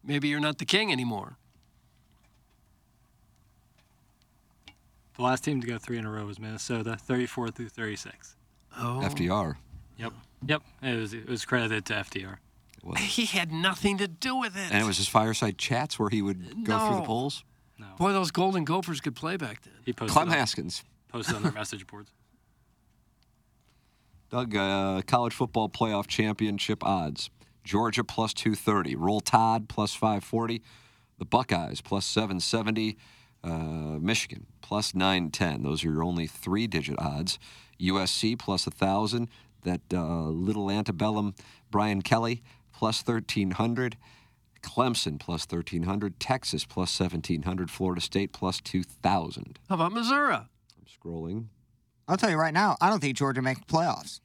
[SPEAKER 7] maybe you're not the king anymore.
[SPEAKER 4] The last team to go three in a row was Minnesota, 34 through 36.
[SPEAKER 7] Oh,
[SPEAKER 3] FDR.
[SPEAKER 4] Yep. Yep. It was it was credited to FDR.
[SPEAKER 7] he had nothing to do with it.
[SPEAKER 3] And it was his fireside chats where he would go through the
[SPEAKER 7] No.
[SPEAKER 3] polls.
[SPEAKER 7] Boy, those Golden Gophers could play back then.
[SPEAKER 4] He posted
[SPEAKER 3] Clem
[SPEAKER 4] on-
[SPEAKER 3] Haskins.
[SPEAKER 4] posted on their message boards.
[SPEAKER 3] Doug, uh, college football playoff championship odds. Georgia plus 230. Roll Tide plus 540. The Buckeyes plus 770. Uh, Michigan plus 910. Those are your only three digit odds. USC plus 1,000. That uh, little antebellum Brian Kelly plus 1,300. Clemson plus 1,300. Texas plus 1,700. Florida State plus 2,000.
[SPEAKER 7] How about Missouri?
[SPEAKER 3] I'm scrolling.
[SPEAKER 10] I'll tell you right now, I don't think Georgia makes the playoffs.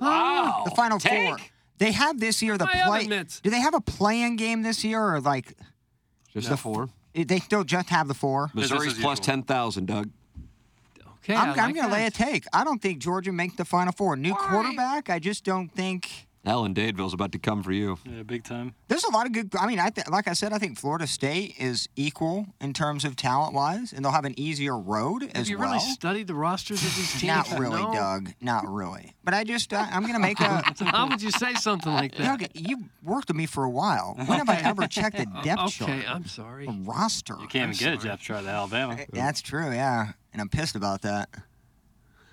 [SPEAKER 7] Wow.
[SPEAKER 10] The Final Four. They have this year the
[SPEAKER 7] My
[SPEAKER 10] play.
[SPEAKER 7] oven mitts.
[SPEAKER 10] Do they have a play-in game this year, or like
[SPEAKER 3] Just
[SPEAKER 10] The
[SPEAKER 3] the
[SPEAKER 10] f-
[SPEAKER 3] four.
[SPEAKER 10] they still just have the four?
[SPEAKER 3] Missouri's plus 10,000, Doug.
[SPEAKER 7] Okay,
[SPEAKER 10] I'm,
[SPEAKER 7] I
[SPEAKER 10] I'm
[SPEAKER 7] like
[SPEAKER 10] gonna lay a
[SPEAKER 7] that.
[SPEAKER 10] take. I don't think Georgia make the Final Four. New quarterback. I just don't think.
[SPEAKER 3] Alan Dadeville's about to come for you.
[SPEAKER 4] Yeah, big time.
[SPEAKER 10] There's a lot of good. I mean, I th- like I said, I think Florida State is equal in terms of talent wise, and they'll have an easier road
[SPEAKER 7] Have
[SPEAKER 10] as
[SPEAKER 7] you
[SPEAKER 10] well.
[SPEAKER 7] really studied the rosters of these teams?
[SPEAKER 10] Not really,
[SPEAKER 7] No.
[SPEAKER 10] Doug. Not really. But I just, I, I'm gonna make a.
[SPEAKER 7] How would you say something like that?
[SPEAKER 10] Doug, you worked with me for a while. When have I ever checked the depth chart?
[SPEAKER 7] Okay, I'm sorry.
[SPEAKER 10] A roster.
[SPEAKER 4] You can't even get a Jeff Try to Alabama.
[SPEAKER 10] Eh, That's true, yeah. And I'm pissed about that.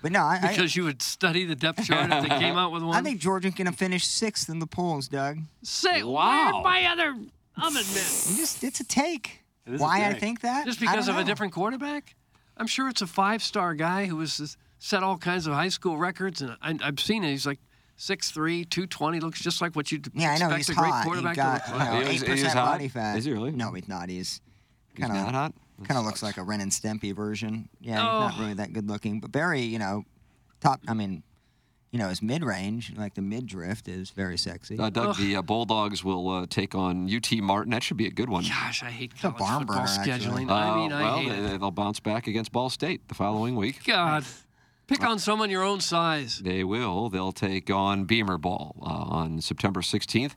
[SPEAKER 10] But no, I, I,
[SPEAKER 7] Because you would study the depth chart if they came out with one.
[SPEAKER 10] I think Georgia's going to finish sixth in the polls, Doug.
[SPEAKER 7] Say, wow. my other oven mitts?
[SPEAKER 10] You just, it's a take.
[SPEAKER 4] It is a
[SPEAKER 10] Why I
[SPEAKER 4] take.
[SPEAKER 10] think that?
[SPEAKER 7] Just
[SPEAKER 10] I don't
[SPEAKER 7] because of a
[SPEAKER 10] know.
[SPEAKER 7] different quarterback? I'm sure it's a five-star guy who has set all kinds of high school records, and I, I've seen it. He's like 6'3", 220, looks just like what you'd
[SPEAKER 10] Yeah, I
[SPEAKER 7] expect
[SPEAKER 10] know he's
[SPEAKER 7] a great
[SPEAKER 10] hot. He
[SPEAKER 7] quarterback
[SPEAKER 10] got
[SPEAKER 7] to
[SPEAKER 10] you
[SPEAKER 7] look like.
[SPEAKER 10] know,
[SPEAKER 3] He is-
[SPEAKER 10] eight
[SPEAKER 3] he is
[SPEAKER 10] percent
[SPEAKER 3] hot?
[SPEAKER 10] body fat.
[SPEAKER 3] Is he really?
[SPEAKER 10] No, he's not. He's
[SPEAKER 3] He's
[SPEAKER 10] kind of
[SPEAKER 3] not hot?
[SPEAKER 10] Kind of looks like a Ren and Stimpy version. Yeah, he's not
[SPEAKER 7] Oh.
[SPEAKER 10] really that good looking. But Barry, you know, top. I mean, you know, his mid range, like the mid drift, is very sexy.
[SPEAKER 3] Uh, Doug, the uh, Bulldogs will uh, take on UT Martin. That should be a good one.
[SPEAKER 7] Gosh, I hate college football scheduling.
[SPEAKER 3] Uh,
[SPEAKER 7] I mean, I
[SPEAKER 3] well,
[SPEAKER 7] hate
[SPEAKER 3] they,
[SPEAKER 7] it.
[SPEAKER 3] they'll bounce back against Ball State the following week.
[SPEAKER 7] God, pick on someone your own size.
[SPEAKER 3] They will. They'll take on Beamer Ball uh, on September 16th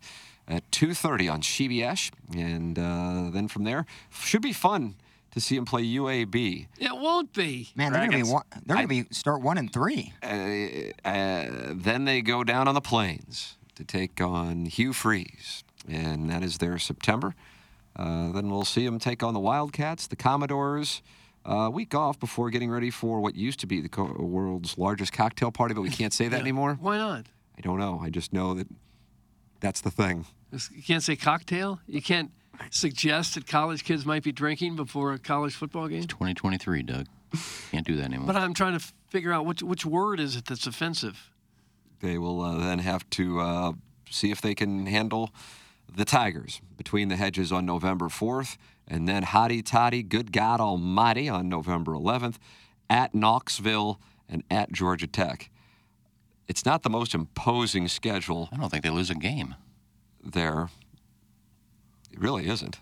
[SPEAKER 3] at 2:30 on CBS, and uh, then from there should be fun to see them play UAB.
[SPEAKER 7] It won't be.
[SPEAKER 10] Man, they're gonna be one, they're gonna be start one and three.
[SPEAKER 3] Uh, uh, then they go down on the plains to take on Hugh Freeze, and that is their September. Uh, then we'll see them take on the Wildcats, the Commodores. Uh, week off before getting ready for what used to be the co- world's largest cocktail party, but we can't say that anymore.
[SPEAKER 7] Why not?
[SPEAKER 3] I don't know. I just know that that's the thing.
[SPEAKER 7] This- You can't say cocktail. You can't suggest that college kids might be drinking before a college football game.
[SPEAKER 8] 2023, Doug. Can't do that anymore.
[SPEAKER 7] But I'm trying to f- figure out which which word is it that's offensive.
[SPEAKER 3] They will uh, then have to uh, see if they can handle the Tigers between the hedges on November 4th, and then Hotty Toddy, Good God Almighty, on November 11th, at Knoxville and at Georgia Tech. It's not the most imposing schedule. I
[SPEAKER 8] don't think they lose a game.
[SPEAKER 3] There. It really isn't.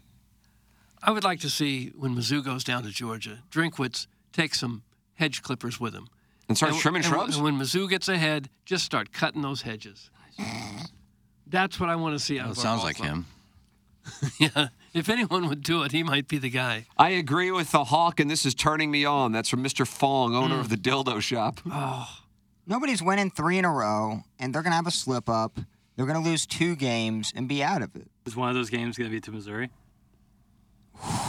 [SPEAKER 7] I would like to see when Mizzou goes down to Georgia, Drinkwitz takes some hedge clippers with him.
[SPEAKER 3] And starts trimming
[SPEAKER 7] and
[SPEAKER 3] shrubs?
[SPEAKER 7] And when Mizzou gets ahead, just start cutting those hedges. That's what I want to see. Out
[SPEAKER 8] That
[SPEAKER 7] of our
[SPEAKER 8] sounds
[SPEAKER 7] ball
[SPEAKER 8] like
[SPEAKER 7] club.
[SPEAKER 8] him.
[SPEAKER 7] yeah. If anyone would do it, he might be the guy.
[SPEAKER 3] I agree with the Hawk, and this is turning me on. That's from Mr. Fong,
[SPEAKER 8] Hmm.
[SPEAKER 3] owner of the Dildo Shop.
[SPEAKER 10] Nobody's winning three in a row, and they're gonna have a slip up. They're gonna lose two games and be out of it.
[SPEAKER 4] Is one of those games going to be to Missouri?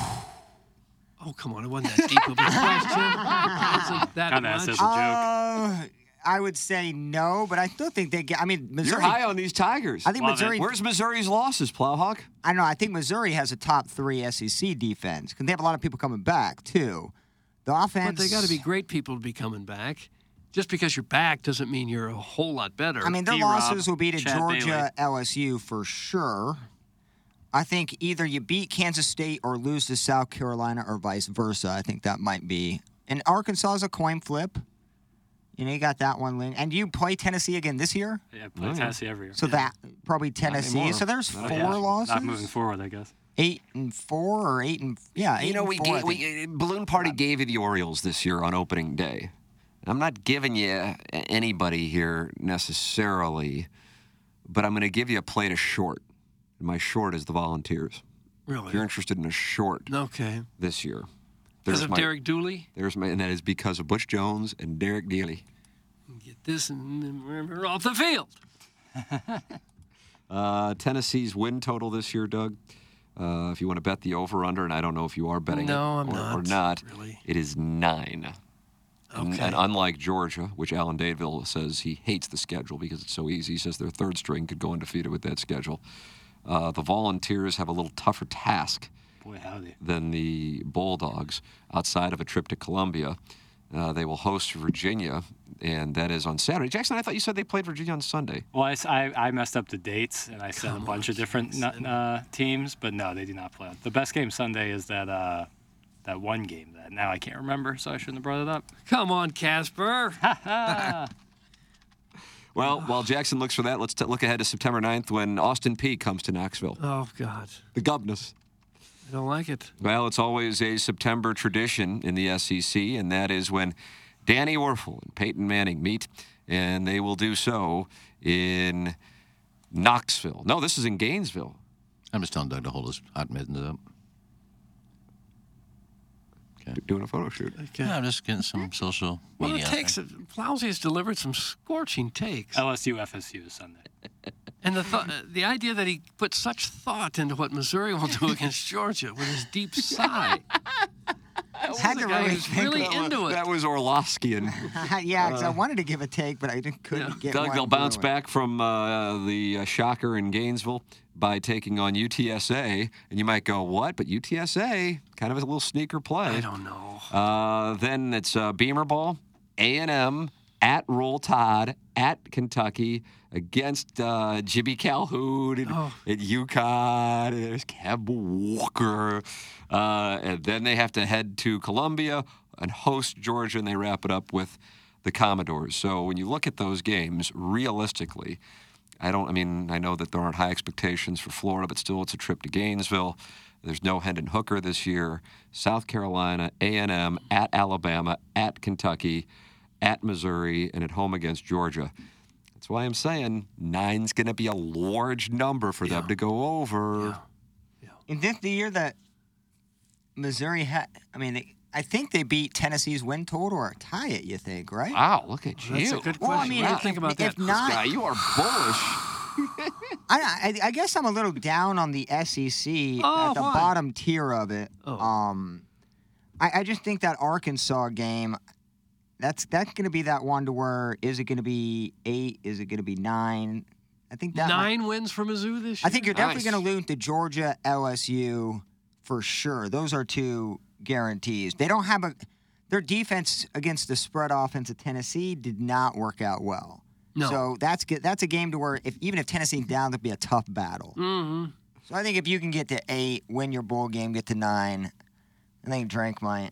[SPEAKER 7] Oh, come on. It wasn't that deep of a question. It wasn't that
[SPEAKER 4] Kinda asked as
[SPEAKER 7] much.
[SPEAKER 4] a joke.
[SPEAKER 10] Uh, I would say no, but I still think they get. I mean, Missouri.
[SPEAKER 3] You're high on these Tigers.
[SPEAKER 10] I think Love it. Missouri-
[SPEAKER 3] Where's Missouri's losses, Plowhawk?
[SPEAKER 10] I don't know. I think Missouri has a top three SEC defense because they have a lot of people coming back too. The offense.
[SPEAKER 7] But they got to be great people to be coming back. Just because you're back doesn't mean you're a whole lot better.
[SPEAKER 10] I mean, their
[SPEAKER 7] D-Rob,
[SPEAKER 10] losses will be to
[SPEAKER 7] Chad
[SPEAKER 10] Georgia, LSU for sure. I think either you beat Kansas State or lose to South Carolina or vice versa. I think that might be. And Arkansas is a coin flip. You know, you got that one. Lynn. And you play Tennessee again this year?
[SPEAKER 4] Yeah, play Tennessee every year.
[SPEAKER 10] So that probably Tennessee.
[SPEAKER 4] Mm. anymore.
[SPEAKER 10] So there's
[SPEAKER 4] Not
[SPEAKER 10] four
[SPEAKER 4] yet.
[SPEAKER 10] losses.
[SPEAKER 4] Not moving forward, I guess.
[SPEAKER 10] Eight and four or eight and yeah. Eight
[SPEAKER 3] You know,
[SPEAKER 10] and
[SPEAKER 3] we,
[SPEAKER 10] four, I
[SPEAKER 3] gave, we uh, Balloon Party gave you the Orioles this year on opening day. I'm not giving you a- anybody here necessarily, but I'm going to give you a plate of short. My short is the
[SPEAKER 10] Oh,
[SPEAKER 3] Volunteers. If you're
[SPEAKER 7] Really?
[SPEAKER 3] interested in a short
[SPEAKER 7] Okay.
[SPEAKER 3] this year,
[SPEAKER 7] Because of
[SPEAKER 3] my,
[SPEAKER 7] Derek Dooley?
[SPEAKER 3] There's my, and that is because of Butch Jones and Derek Dealey.
[SPEAKER 7] Get this and then we're- we're off the field.
[SPEAKER 3] Uh, Tennessee's win total this year, Doug. Uh, if you want to bet the over/under, and I don't know if you are betting
[SPEAKER 7] No,
[SPEAKER 3] it
[SPEAKER 7] I'm
[SPEAKER 3] or,
[SPEAKER 7] not,
[SPEAKER 3] or not, it is nine. And-
[SPEAKER 7] Okay.
[SPEAKER 3] And unlike Georgia, which Alan Dadeville says he hates the schedule because it's so easy, he says their third string could go undefeated with that schedule. Uh, the Volunteers have a little tougher task
[SPEAKER 4] Boy, howdy.
[SPEAKER 3] than the Bulldogs outside of a trip to Columbia. Uh, they will host Virginia, and that is on Saturday. Jackson, I thought you said they played Virginia on Sunday.
[SPEAKER 4] Well, I, s- I- I messed up the dates and I said a bunch of different nu- uh, teams, but no, they do not play. The best game Sunday is that uh, that one game that now I can't remember, so I shouldn't have brought it up.
[SPEAKER 7] Come on, Casper.
[SPEAKER 3] Well, while Jackson looks for that, let's t- look ahead to September 9th when Austin P comes to Knoxville.
[SPEAKER 7] oh, God.
[SPEAKER 3] The Governors.
[SPEAKER 7] I don't like it.
[SPEAKER 3] Well, it's always a September tradition in the SEC, and that is when Danny Werfel and Peyton Manning meet, and they will do so in Knoxville. No, this is in Gainesville.
[SPEAKER 8] I'm just telling Doug to hold his hot mittens up.
[SPEAKER 3] Doing a photo shoot.
[SPEAKER 7] Okay.
[SPEAKER 8] I'm just getting some social
[SPEAKER 7] Well,
[SPEAKER 8] media.
[SPEAKER 7] it
[SPEAKER 8] out there.
[SPEAKER 7] takes. Plowsy has delivered some scorching takes.
[SPEAKER 4] LSU FSU is Sunday.
[SPEAKER 7] And the th- the idea that he put such thought into what Missouri will do against Georgia with his deep sigh.
[SPEAKER 10] think. Had
[SPEAKER 7] the
[SPEAKER 10] to
[SPEAKER 7] guy
[SPEAKER 10] really
[SPEAKER 7] who's
[SPEAKER 10] think
[SPEAKER 7] really
[SPEAKER 10] about-
[SPEAKER 7] into it.
[SPEAKER 3] That was Orlovsky.
[SPEAKER 10] yeah,
[SPEAKER 4] Uh.
[SPEAKER 10] 'cause I wanted to give a take, but I didn't, couldn't get
[SPEAKER 3] Doug,
[SPEAKER 10] one
[SPEAKER 3] they'll bounce
[SPEAKER 10] brewing.
[SPEAKER 3] back from uh, the uh, shocker in Gainesville by taking on UTSA. And you might go, what? But UTSA, kind of a little sneaker play.
[SPEAKER 7] I don't know.
[SPEAKER 3] Uh, then it's uh, Beamer Ball, A&M, at Roll Tide, at Kentucky, against uh, Jimmy Calhoun and,
[SPEAKER 7] Oh.
[SPEAKER 3] and UConn. And there's Cab Walker. Uh, and then they have to head to Columbia and host Georgia, and they wrap it up with the Commodores. So when you look at those games realistically, I don't. I mean, I know that there aren't high expectations for Florida, but still, it's a trip to Gainesville. There's no Hendon Hooker this year. South Carolina, A&M, at Alabama, at Kentucky, at Missouri, and at home against Georgia. That's why I'm saying nine's going to be a large number for them to go over.
[SPEAKER 10] And this the year that Missouri had, I mean, they, I think they beat Tennessee's win total or tie it. You think, right?
[SPEAKER 3] Wow, look at you.
[SPEAKER 10] Well, I mean, if, if not,
[SPEAKER 3] Guy, you are bullish.
[SPEAKER 10] I, I, I guess I'm a little down on the SEC
[SPEAKER 3] Oh,
[SPEAKER 10] at the
[SPEAKER 3] why? Oh.
[SPEAKER 10] bottom tier of it. Um, I, I just think that Arkansas game, that's that's going to be that one to where is it going to be eight? Is it going to be nine? I think that might-
[SPEAKER 7] Nine wins for Mizzou this year.
[SPEAKER 10] I think you're definitely going to lose to Georgia, LSU for sure. Those are two guarantees. They don't have a their defense against the spread offense of Tennessee did not work out well.
[SPEAKER 7] No.
[SPEAKER 10] So that's good. That's a game to where if even if Tennessee down, that'd be a tough battle.
[SPEAKER 7] hmm
[SPEAKER 8] Mm-hmm.
[SPEAKER 10] So I think if you can get to eight, win your bowl game, get to nine, I think Drake might.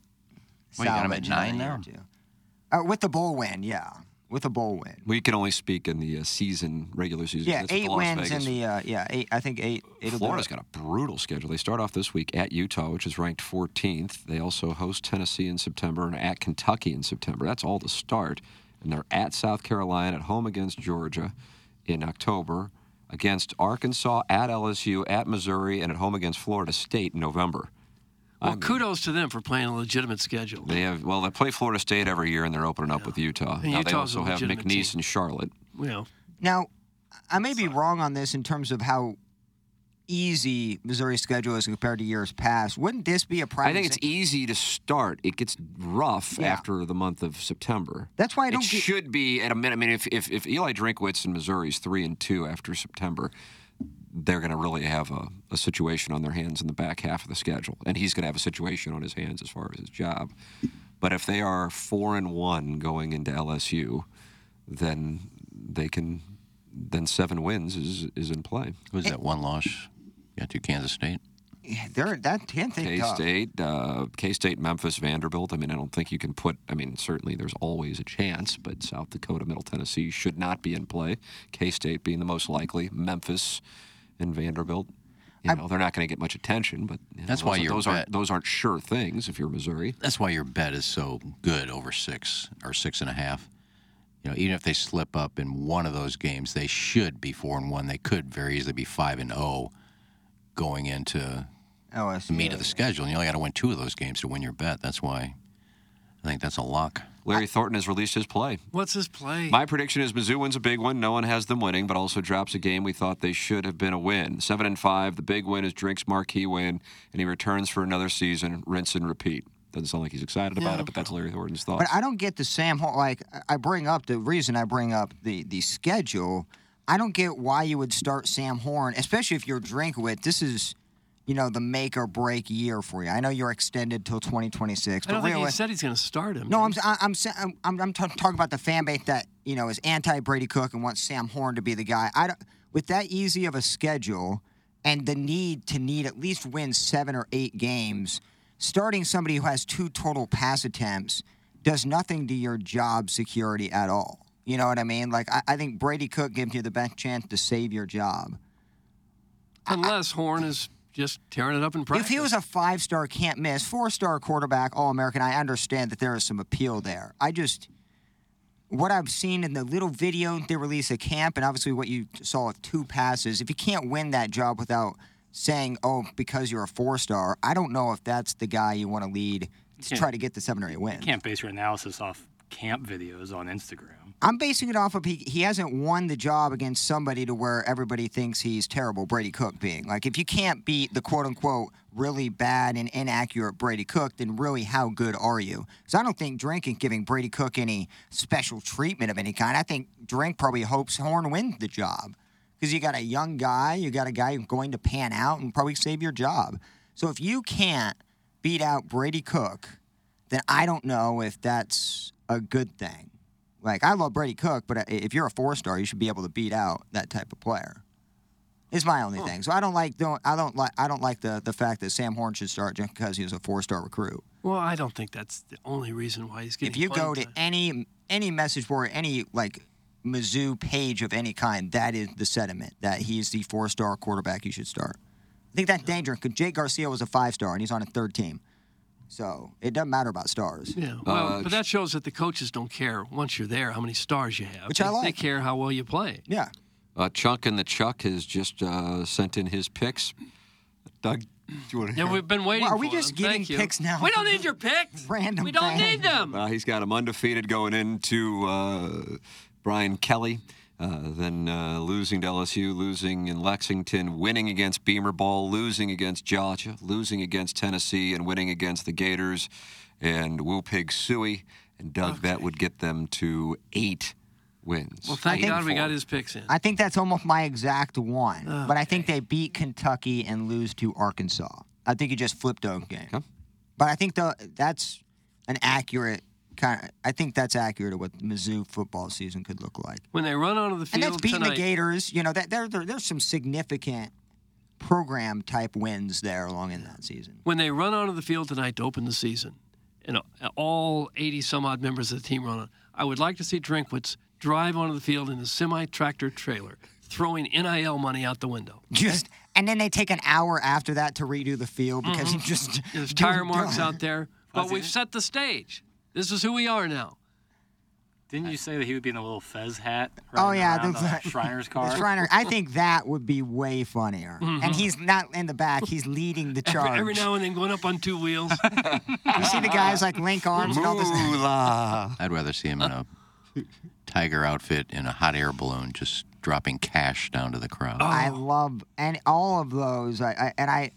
[SPEAKER 8] Well, you got 'em at
[SPEAKER 10] salvage another
[SPEAKER 8] nine
[SPEAKER 10] year
[SPEAKER 8] now?
[SPEAKER 10] or two. Uh, with the bowl win, yeah, with a bowl win.
[SPEAKER 3] We can only speak in the uh, season, regular season.
[SPEAKER 10] Yeah,
[SPEAKER 3] That's what
[SPEAKER 10] eight
[SPEAKER 3] the Las
[SPEAKER 10] wins
[SPEAKER 3] Vegas-
[SPEAKER 10] in the uh, yeah. Eight, I think eight. It'll do
[SPEAKER 3] Florida's
[SPEAKER 10] it.
[SPEAKER 3] got a brutal schedule. They start off this week at Utah, which is ranked 14th. They also host Tennessee in September and at Kentucky in September. That's all to start. And they're at South Carolina, at home against Georgia in October, against Arkansas, at LSU, at Missouri, and at home against Florida State in November.
[SPEAKER 7] Well, kudos to them for playing a legitimate schedule.
[SPEAKER 3] They have well, they play Florida State every year, and they're opening up with Utah.
[SPEAKER 7] And
[SPEAKER 3] now they
[SPEAKER 7] Utah's a
[SPEAKER 3] also have
[SPEAKER 7] legitimate
[SPEAKER 3] McNeese and Charlotte.
[SPEAKER 7] Well,
[SPEAKER 10] Now, I may be wrong on this in terms of how easy Missouri's schedule is compared to years past. Wouldn't this be a prime?
[SPEAKER 3] I think it's easy to start. It gets rough
[SPEAKER 10] Yeah.
[SPEAKER 3] after the month of September.
[SPEAKER 10] That's why I
[SPEAKER 3] it
[SPEAKER 10] don't get-
[SPEAKER 3] should be at a minute. I mean, if, if, if Eli Drinkwitz in Missouri's three and two after September, they're going to really have a, a situation on their hands in the back half of the schedule, and he's going to have a situation on his hands as far as his job. But if they are four and one going into LSU, then they can then seven wins is is in play.
[SPEAKER 8] Who's that one loss? Got to Kansas State.
[SPEAKER 10] They're that can
[SPEAKER 3] K
[SPEAKER 10] think tough.
[SPEAKER 3] State, uh, K State, Memphis, Vanderbilt. I mean, I don't think you can put. I mean, certainly there's always a chance, but South Dakota, Middle Tennessee should not be in play. K State being the most likely, Memphis and Vanderbilt. You know, they're not going to get much attention, but you know,
[SPEAKER 8] That's
[SPEAKER 3] those,
[SPEAKER 8] why your
[SPEAKER 3] those aren't
[SPEAKER 8] bet-
[SPEAKER 3] those aren't sure things if you're Missouri.
[SPEAKER 8] That's why your bet is so good over six or six and a half. You know, even if they slip up in one of those games, they should be four and one. They could very easily be five and zero going into
[SPEAKER 10] LSU.
[SPEAKER 8] the meat of the schedule. And you only got to win two of those games to win your bet. That's why I think that's a lock.
[SPEAKER 3] Larry Thornton has released his play.
[SPEAKER 7] what's his play?
[SPEAKER 3] My prediction is Mizzou wins a big one. No one has them winning, but also drops a game we thought they should have been a win. Seven and five. The big win is Drink's marquee win, and he returns for another season. Rinse and repeat. Doesn't sound like he's excited about
[SPEAKER 10] Yeah.
[SPEAKER 3] it, but that's Larry Horton's thoughts.
[SPEAKER 10] But I don't get the Sam Hol- like I- I bring up the reason I bring up the the schedule. I don't get why you would start Sam Horn, especially if you're drink with this is, you know, the make or break year for you. I know you're extended till 2026,
[SPEAKER 7] I
[SPEAKER 10] but
[SPEAKER 7] don't think
[SPEAKER 10] really,
[SPEAKER 7] he said he's going to start him.
[SPEAKER 10] no, I'm I- I'm sa- I'm I'm, I'm t- talking about the fan base that you know is anti Brady Cook and wants Sam Horn to be the guy. I don't, with that easy of a schedule and the need to need at least win seven or eight games, starting somebody who has two total pass attempts does nothing to your job security at all. You know what I mean? Like I, I think Brady Cook gives you the best chance to save your job.
[SPEAKER 7] Unless Horn is just tearing it up in practice.
[SPEAKER 10] If he was a five star, can't miss, four star quarterback, All American, I understand that there is some appeal there. I just, what I've seen in the little video they released at camp, and obviously what you saw with two passes, if you can't win that job without saying, oh, because you're a four star, I don't know if that's the guy you want to lead to
[SPEAKER 4] Yeah.
[SPEAKER 10] try to get the seven or eight wins.
[SPEAKER 4] You can't base your analysis off camp videos on Instagram.
[SPEAKER 10] I'm basing it off of he, he hasn't won the job against somebody to where everybody thinks he's terrible, Brady Cook being. Like, if you can't beat the quote unquote really bad and inaccurate Brady Cook, then really how good are you? Because I don't think Drink is giving Brady Cook any special treatment of any kind. I think Drink probably hopes Horn wins the job because you got a young guy, you got a guy who's going to pan out and probably save your job. So if you can't beat out Brady Cook, then I don't know if that's a good thing. uh, Like I love Brady Cook, but if you're a four star, you should be able to beat out that type of player. Is my only thing. So I don't like don't I don't like I don't like the the fact that Sam Horn should start just because he was a four star recruit.
[SPEAKER 7] Well, I don't think that's the only reason why he's getting.
[SPEAKER 10] If you go
[SPEAKER 7] playing
[SPEAKER 10] to any any message board, any like Mizzou page of any kind, that is the sentiment that he's the four star quarterback you should start. I think that's dangerous because Jay Garcia was a five star and he's on a third team, so it doesn't matter about stars.
[SPEAKER 7] Yeah, well,
[SPEAKER 10] Uh,
[SPEAKER 7] but that shows that the coaches don't care once you're there how many stars you have.
[SPEAKER 10] Which I
[SPEAKER 7] They- They
[SPEAKER 10] like.
[SPEAKER 7] care how well you play.
[SPEAKER 10] Yeah.
[SPEAKER 3] Uh, Chuck and the Chuck has just uh, sent in his picks. Doug, do you want to
[SPEAKER 7] Yeah, we've been waiting.
[SPEAKER 10] Well, are
[SPEAKER 7] for
[SPEAKER 10] we just
[SPEAKER 7] them.
[SPEAKER 10] getting
[SPEAKER 7] Thank you.
[SPEAKER 10] picks now?
[SPEAKER 7] We don't need your picks.
[SPEAKER 10] Random.
[SPEAKER 7] We don't need them.
[SPEAKER 3] Uh, he's got him undefeated going into uh, Brian Kelly, uh, then uh, losing to LSU, losing in Lexington, winning against Beamer Ball, losing against Georgia, losing against Tennessee, and winning against the Gators and Woo Pig Suey. And Doug, that would get them to eight wins.
[SPEAKER 7] Well, thank
[SPEAKER 3] Eight
[SPEAKER 7] God
[SPEAKER 3] and
[SPEAKER 7] we
[SPEAKER 3] four.
[SPEAKER 7] got his picks in.
[SPEAKER 10] I think that's almost my exact one.
[SPEAKER 7] Oh,
[SPEAKER 10] But I think they beat Kentucky and lose to Arkansas. I think you just flipped a game. But I think the, that's an accurate kind. Of, I think that's accurate of what Mizzou football season could look like.
[SPEAKER 7] When they run onto the
[SPEAKER 10] And
[SPEAKER 7] field
[SPEAKER 10] that's beating
[SPEAKER 7] tonight,
[SPEAKER 10] the Gators. You know that there, there there's some significant program type wins there along in that season.
[SPEAKER 7] when they run onto the field tonight to open the season, and all 80 some odd members of the team run on, I would like to see Drinkwitz drive onto the field in a semi tractor trailer, throwing NIL money out the window.
[SPEAKER 10] Just and then they take an hour after that to redo the field because you just
[SPEAKER 7] Mm-hmm. There's tire marks out there, but we've set the stage. This is who we are now.
[SPEAKER 2] Didn't you say that he would be in a little fez hat?
[SPEAKER 10] Oh
[SPEAKER 2] riding
[SPEAKER 10] yeah,
[SPEAKER 2] around
[SPEAKER 10] the,
[SPEAKER 2] on a Shriner's car.
[SPEAKER 10] The Shriner. I think that would be way funnier.
[SPEAKER 7] Mhm.
[SPEAKER 10] And he's not in the back; he's leading the
[SPEAKER 7] Every-
[SPEAKER 10] charge.
[SPEAKER 7] Every now and then going up on two wheels.
[SPEAKER 10] you see the guys like Link Arms and all this.
[SPEAKER 8] I'd rather see him in a tiger outfit in a hot air balloon, just dropping cash down to the crowd.
[SPEAKER 3] Oh,
[SPEAKER 10] I
[SPEAKER 7] Oh.
[SPEAKER 10] love and all of those. I, I and I,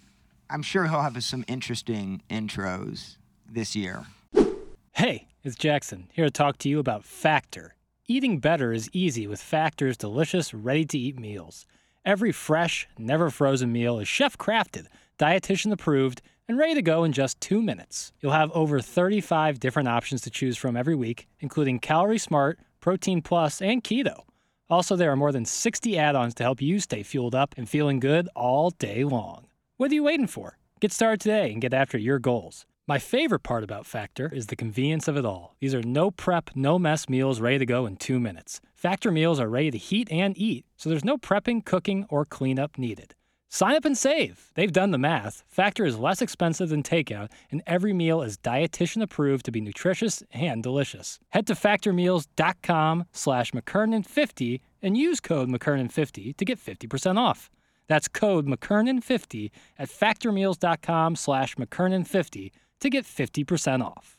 [SPEAKER 10] I'm sure he'll have some interesting intros this year.
[SPEAKER 4] Hey, it's Jackson here to talk to you about Factor. Eating better is easy with Factor's delicious, ready to eat meals. Every fresh, never frozen meal is chef crafted, dietitian approved, and ready to go in just two minutes. You'll have over 35 different options to choose from every week, including Calorie Smart, Protein Plus, and Keto. Also, there are more than 60 add ons to help you stay fueled up and feeling good all day long. What are you waiting for? Get started today and get after your goals. My favorite part about Factor is the convenience of it all. These are no prep, no mess meals ready to go in two minutes. Factor meals are ready to heat and eat, so there's no prepping, cooking, or cleanup needed. Sign up and save. They've done the math. Factor is less expensive than takeout, and every meal is dietitian approved to be nutritious and delicious. Head to factormeals.com slash McKernan50 and use code McKernan50 to get 50% off. That's code McKernan50 at factormeals.com slash McKernan50 to get 50% off.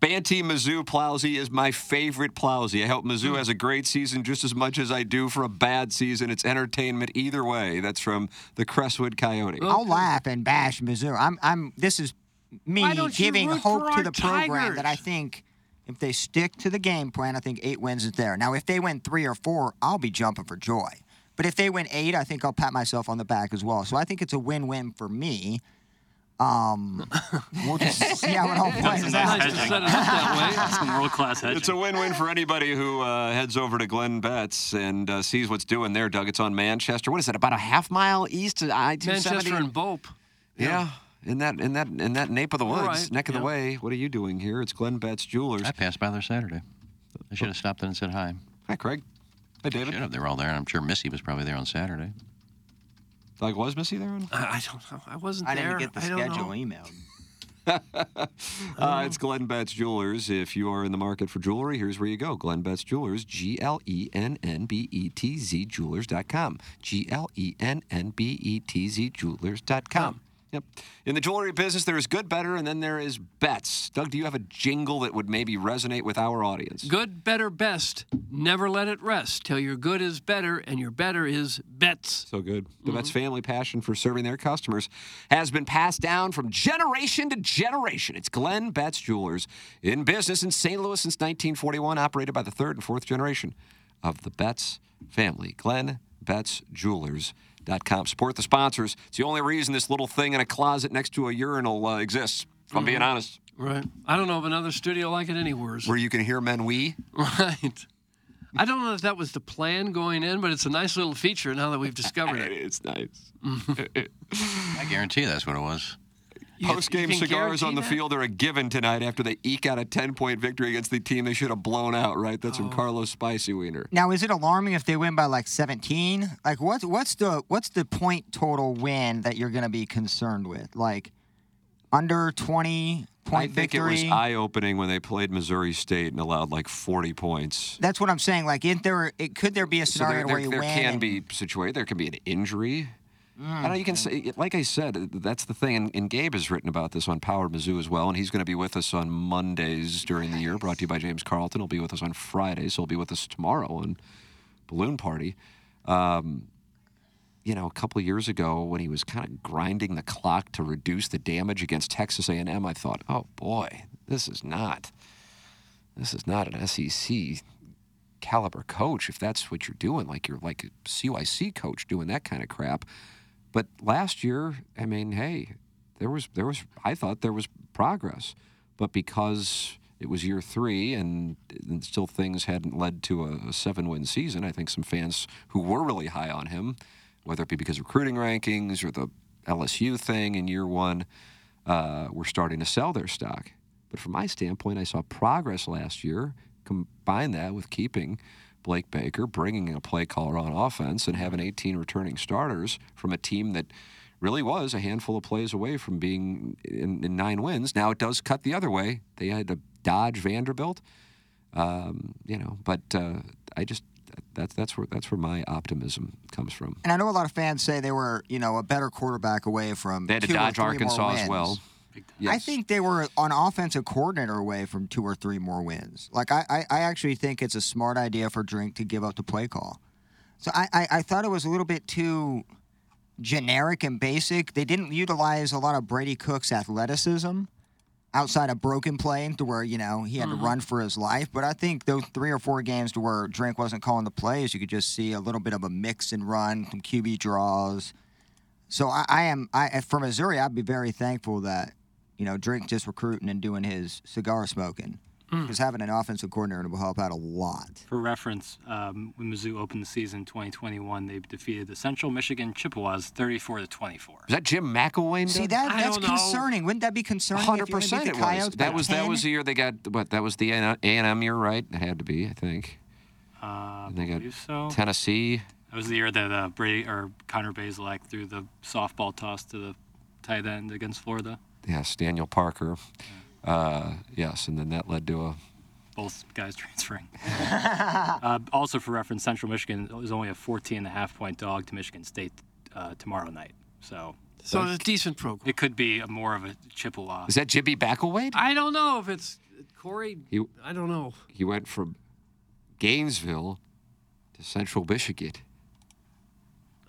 [SPEAKER 3] Banty Mizzou Plowsy is my favorite Plowsy. I hope Mizzou has a great season just as much as I do for a bad season. It's entertainment either way. That's from the Crestwood Coyote.
[SPEAKER 10] I'll laugh and bash Missouri. I'm. I'm. This is me
[SPEAKER 7] Why don't you
[SPEAKER 10] giving
[SPEAKER 7] root
[SPEAKER 10] hope
[SPEAKER 7] for
[SPEAKER 10] to
[SPEAKER 7] our
[SPEAKER 10] the program
[SPEAKER 7] Tigers?
[SPEAKER 10] that I think. If they stick to the game plan, I think eight wins is there. Now, if they win three or four, I'll be jumping for joy. But if they win eight, I think I'll pat myself on the back as well. So I think it's a win-win for me. Um, we'll just see how it all
[SPEAKER 2] That's
[SPEAKER 10] plays
[SPEAKER 2] a nice
[SPEAKER 10] out.
[SPEAKER 2] hedging. That's some world-class hedging.
[SPEAKER 3] It's a win-win for anybody who uh, heads over to Glen Betts and uh, sees what's doing there, Doug. It's on Manchester. What is it? About a half mile east of I-270.
[SPEAKER 7] Manchester and Bope.
[SPEAKER 3] Yeah. In that in that in that nape of the
[SPEAKER 7] You're
[SPEAKER 3] woods,
[SPEAKER 7] right,
[SPEAKER 3] neck of
[SPEAKER 7] yeah.
[SPEAKER 3] the way. What are you doing here? It's Glen Betts Jewelers.
[SPEAKER 8] I passed by there Saturday. I should have stopped in and said hi.
[SPEAKER 3] Hi, Craig. Hi, David.
[SPEAKER 8] Should have. They were all there. and I'm sure Missy was probably there on Saturday.
[SPEAKER 3] Doug, was Missy there on?
[SPEAKER 7] I, I don't know. I wasn't
[SPEAKER 10] I
[SPEAKER 7] there.
[SPEAKER 10] didn't get the
[SPEAKER 7] I don't
[SPEAKER 10] schedule
[SPEAKER 7] know.
[SPEAKER 10] emailed.
[SPEAKER 3] Uh, it's Glen Betts Jewelers. If you are in the market for jewelry, here's where you go. Glen Betts Jewelers, G L E N N B E T Z Jewelers.com. G L E N N B E T Z Jewelers.com. Yep. In the jewelry business, there is good, better, and then there is bets. Doug, do you have a jingle that would maybe resonate with our audience?
[SPEAKER 7] Good, better, best. Never let it rest till your good is better and your better is bets.
[SPEAKER 3] So good. The
[SPEAKER 8] Mm-hmm.
[SPEAKER 3] Betts family passion for serving their customers has been passed down from generation to generation. It's Glenn Betts Jewelers in business in St. Louis since 1941, operated by the third and fourth generation of the Betts family. Glenn Betts Jewelers. Support the sponsors. It's the only reason this little thing in a closet next to a urinal uh, exists, if I'm
[SPEAKER 8] Mm-hmm.
[SPEAKER 3] being honest.
[SPEAKER 7] Right. I don't know of another studio like it anywhere.
[SPEAKER 3] Where you can hear men wee.
[SPEAKER 7] Right. I don't know if that was the plan going in, but it's a nice little feature now that we've discovered it.
[SPEAKER 3] it's nice.
[SPEAKER 8] I guarantee that's what it was.
[SPEAKER 3] Post game
[SPEAKER 8] you can
[SPEAKER 3] cigars on the
[SPEAKER 8] guarantee that?
[SPEAKER 3] field are a given tonight after they eke out a 10 point victory against the team they should have blown out, right? That's
[SPEAKER 8] Oh.
[SPEAKER 3] from Carlos Spicy Wiener.
[SPEAKER 10] Now, is it alarming if they win by like 17? Like, what's what's the what's the point total win that you're going to be concerned with? Like, under 20 point
[SPEAKER 3] I think
[SPEAKER 10] victory.
[SPEAKER 3] it was eye opening when they played Missouri State and allowed like 40 points.
[SPEAKER 10] That's what I'm saying. Like, if there it could there be a
[SPEAKER 3] So
[SPEAKER 10] scenario
[SPEAKER 3] there, there,
[SPEAKER 10] where you
[SPEAKER 3] there
[SPEAKER 10] win?
[SPEAKER 3] can
[SPEAKER 10] and-
[SPEAKER 3] be situated. There can be an injury. I know
[SPEAKER 10] Mm.
[SPEAKER 3] you can say, like I said, that's the thing. And, and Gabe has written about this on Power Mizzou as well. And he's going to be with us on Mondays during the year, brought to you by James Carlton. He'll be with us on Fridays. He'll be with us tomorrow on Balloon Party. Um, you know, a couple of years ago when he was kind of grinding the clock to reduce the damage against Texas A&M, I thought, oh boy, this is not, this is not an E SEC caliber coach if that's what you're doing. Like you're like a CYC coach doing that kind of crap. But last year, I mean, hey, there was there was I thought there was progress, but because it was year three and, and still things hadn't led to a, a seven win season, I think some fans who were really high on him, whether it be because of recruiting rankings or the LSU thing in year one, uh, were starting to sell their stock. But from my standpoint, I saw progress last year. Combine that with keeping Blake Baker, bringing a play caller on offense, and having 18 returning starters from a team that really was a handful of plays away from being in, in nine wins. Now it does cut the other way. They had to dodge Vanderbilt, um, you know. But uh, I just that's that's where that's where my optimism comes from.
[SPEAKER 10] And I know a lot of fans say they were, you know, a better quarterback away from.
[SPEAKER 3] They had to
[SPEAKER 10] two or
[SPEAKER 3] dodge
[SPEAKER 10] three more
[SPEAKER 3] Arkansas as
[SPEAKER 10] wins.
[SPEAKER 3] well.
[SPEAKER 10] I think they were an offensive coordinator away from two or three more wins. Like I, I, I actually think it's a smart idea for Drink to give up the play call. So I, I, I thought it was a little bit too generic and basic. They didn't utilize a lot of Brady Cook's athleticism outside of broken play to where, you know, he had to run for his life. But I think those three or four games to where Drink wasn't calling the plays, you could just see a little bit of a mix and run, some QB draws. So I, I am I for Missouri, I'd be very thankful that you know Drink just recruiting and doing his cigar smoking
[SPEAKER 3] Hmm.
[SPEAKER 10] because having an offensive coordinator will help out a lot.
[SPEAKER 4] For reference, um, when Mizzou opened the season in 2021, they defeated the Central Michigan Chippewas 34 to Uh, 24.
[SPEAKER 3] Is that Jim McElwain?
[SPEAKER 10] See
[SPEAKER 3] did?
[SPEAKER 10] that that's concerning. Wouldn't that be concerning?
[SPEAKER 3] Hundred
[SPEAKER 10] if you're gonna
[SPEAKER 3] percent,
[SPEAKER 10] beat
[SPEAKER 3] it
[SPEAKER 10] the
[SPEAKER 3] was.
[SPEAKER 10] Coyotes by
[SPEAKER 3] That was that
[SPEAKER 10] 10?
[SPEAKER 3] was the year they got what? That was the A and M year, right? It had to be, I think.
[SPEAKER 4] Uh,
[SPEAKER 3] And they got
[SPEAKER 4] believe so.
[SPEAKER 3] Tennessee.
[SPEAKER 4] That was the year that uh, Brady or Connor Bazelak threw the softball toss to the tight end against Florida.
[SPEAKER 3] Yes, Daniel Parker. Uh, yes, and then that led to a.
[SPEAKER 4] Both guys transferring. uh, also, for reference, Central Michigan is only a 14 and a half point dog to Michigan State uh, tomorrow night. So,
[SPEAKER 7] So it's a decent program.
[SPEAKER 4] It could be a more of a Chippewa.
[SPEAKER 3] Is that Jibby Backlewade?
[SPEAKER 7] I don't know if it's Corey.
[SPEAKER 3] He
[SPEAKER 7] I don't know.
[SPEAKER 3] he went from Gainesville to Central Michigan.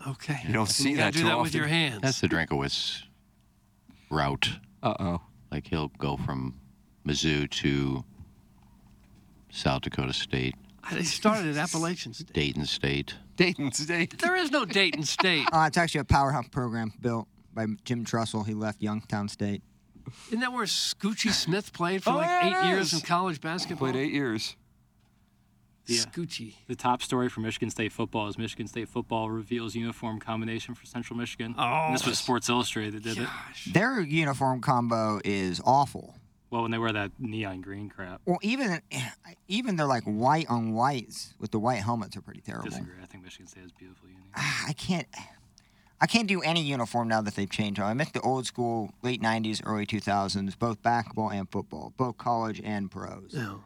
[SPEAKER 7] Okay.
[SPEAKER 3] You don't see
[SPEAKER 7] You gotta
[SPEAKER 3] that
[SPEAKER 7] do
[SPEAKER 3] too
[SPEAKER 7] that
[SPEAKER 3] often.
[SPEAKER 7] with your hands.
[SPEAKER 8] That's the Drinkowitz route.
[SPEAKER 3] Uh oh.
[SPEAKER 8] Like he'll go from Mizzou to South Dakota State,
[SPEAKER 7] They started at Appalachian State.
[SPEAKER 8] Dayton State.
[SPEAKER 3] Dayton State.
[SPEAKER 7] There is no Dayton State.
[SPEAKER 10] Uh, it's actually a powerhouse program built by Jim Trussell. He left Youngstown State.
[SPEAKER 7] Isn't that where Scoochie Smith played for
[SPEAKER 3] Oh,
[SPEAKER 7] like
[SPEAKER 3] yeah, it
[SPEAKER 7] eight years
[SPEAKER 3] is.
[SPEAKER 7] in college basketball?
[SPEAKER 3] Played eight years.
[SPEAKER 4] Yeah.
[SPEAKER 7] Scoochie.
[SPEAKER 4] The top story for Michigan State football is Michigan State football reveals uniform combination for Central Michigan.
[SPEAKER 7] Oh.
[SPEAKER 4] And this was Sports Illustrated that did it.
[SPEAKER 10] Their uniform combo is awful.
[SPEAKER 4] Well, when they wear that neon green crap,
[SPEAKER 10] Well, even even they're like white on whites with the white helmets are pretty terrible.
[SPEAKER 4] disagree. I think Michigan State has beautiful uniforms.
[SPEAKER 10] Ah, I can't. I can't do any uniform now that they've changed. them. I miss the old school, late '90s, early 2000s, both basketball and football, both college and pros.
[SPEAKER 7] No.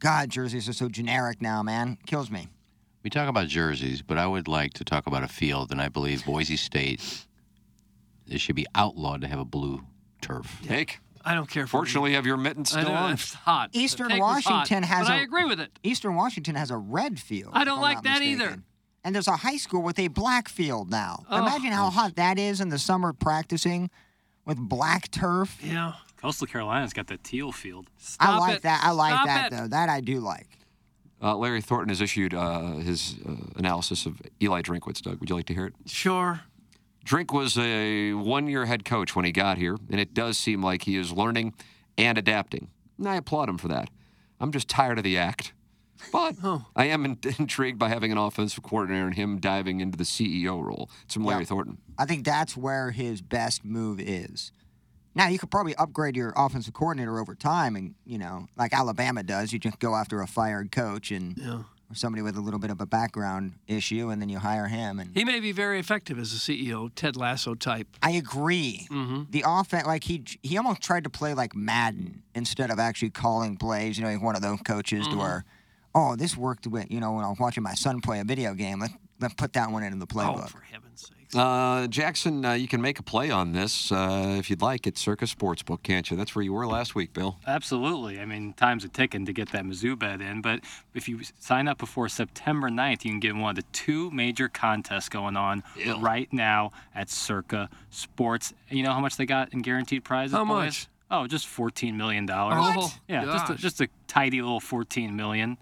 [SPEAKER 10] God, jerseys are so generic now, man. Kills me.
[SPEAKER 8] We talk about jerseys, but I would like to talk about a field, and I believe Boise State. It should be outlawed to have a blue turf.
[SPEAKER 3] Take.
[SPEAKER 7] I don't care.
[SPEAKER 3] Fortunately, you have your mittens
[SPEAKER 7] I
[SPEAKER 3] still
[SPEAKER 7] know,
[SPEAKER 3] on.
[SPEAKER 7] It's hot. The
[SPEAKER 10] Eastern
[SPEAKER 7] cake was hot,
[SPEAKER 10] Washington has
[SPEAKER 7] But
[SPEAKER 10] a-
[SPEAKER 7] I agree with it.
[SPEAKER 10] Eastern Washington has a red field. if
[SPEAKER 7] I
[SPEAKER 3] Oh,
[SPEAKER 7] don't
[SPEAKER 10] I'm
[SPEAKER 7] like
[SPEAKER 10] not
[SPEAKER 7] that either.
[SPEAKER 10] mistaken. And there's a high school with a black field now.
[SPEAKER 7] Oh.
[SPEAKER 10] Imagine how hot that is in the summer practicing with black turf.
[SPEAKER 7] Yeah.
[SPEAKER 4] Coastal Carolina's got the teal field.
[SPEAKER 10] I like that. I like
[SPEAKER 7] Stop
[SPEAKER 10] that
[SPEAKER 7] it.
[SPEAKER 10] though. That I do like.
[SPEAKER 3] Uh, Larry Thornton has issued uh, his uh, analysis of Eli Drinkwitz. Doug, would you like to hear it?
[SPEAKER 7] Sure.
[SPEAKER 3] Drink was a one year head coach when he got here, and it does seem like he is learning and adapting. And I applaud him for that. I'm just tired of the act. But I am in- intrigued by having an offensive coordinator and him diving into the CEO role. It's from Larry Thornton.
[SPEAKER 10] I think that's where his best move is. Now you could probably upgrade your offensive coordinator over time, and you know, like Alabama does, you just go after a fired coach and or somebody with a little bit of a background issue, and then you hire him. And
[SPEAKER 7] He may be very effective as a CEO, Ted Lasso type. Mm-hmm.
[SPEAKER 10] I agree. the offense, like he he almost tried to play like Madden instead of actually calling plays. You know, he's one of those coaches
[SPEAKER 7] Mm-hmm.
[SPEAKER 10] to where, oh, this worked with you know when I was watching my son play a video game. Let let put that one into
[SPEAKER 7] Oh,
[SPEAKER 10] the playbook.
[SPEAKER 3] Uh, Jackson, uh, you can make a play on this uh, if you'd like at Circus Sportsbook, can't you? That's where you were last week, Bill.
[SPEAKER 4] Absolutely. I mean, times are ticking to get that Mizzou bet in, but if you sign up before September 9th, you can get in one of the two major contests going on right now at Circa Sports. You know how much they got in guaranteed prizes?
[SPEAKER 7] How
[SPEAKER 4] boys?
[SPEAKER 7] much?
[SPEAKER 4] Oh, just 14 million dollars.
[SPEAKER 7] Oh,
[SPEAKER 4] yeah, just a,
[SPEAKER 7] gosh.
[SPEAKER 4] just a tidy little 14 million.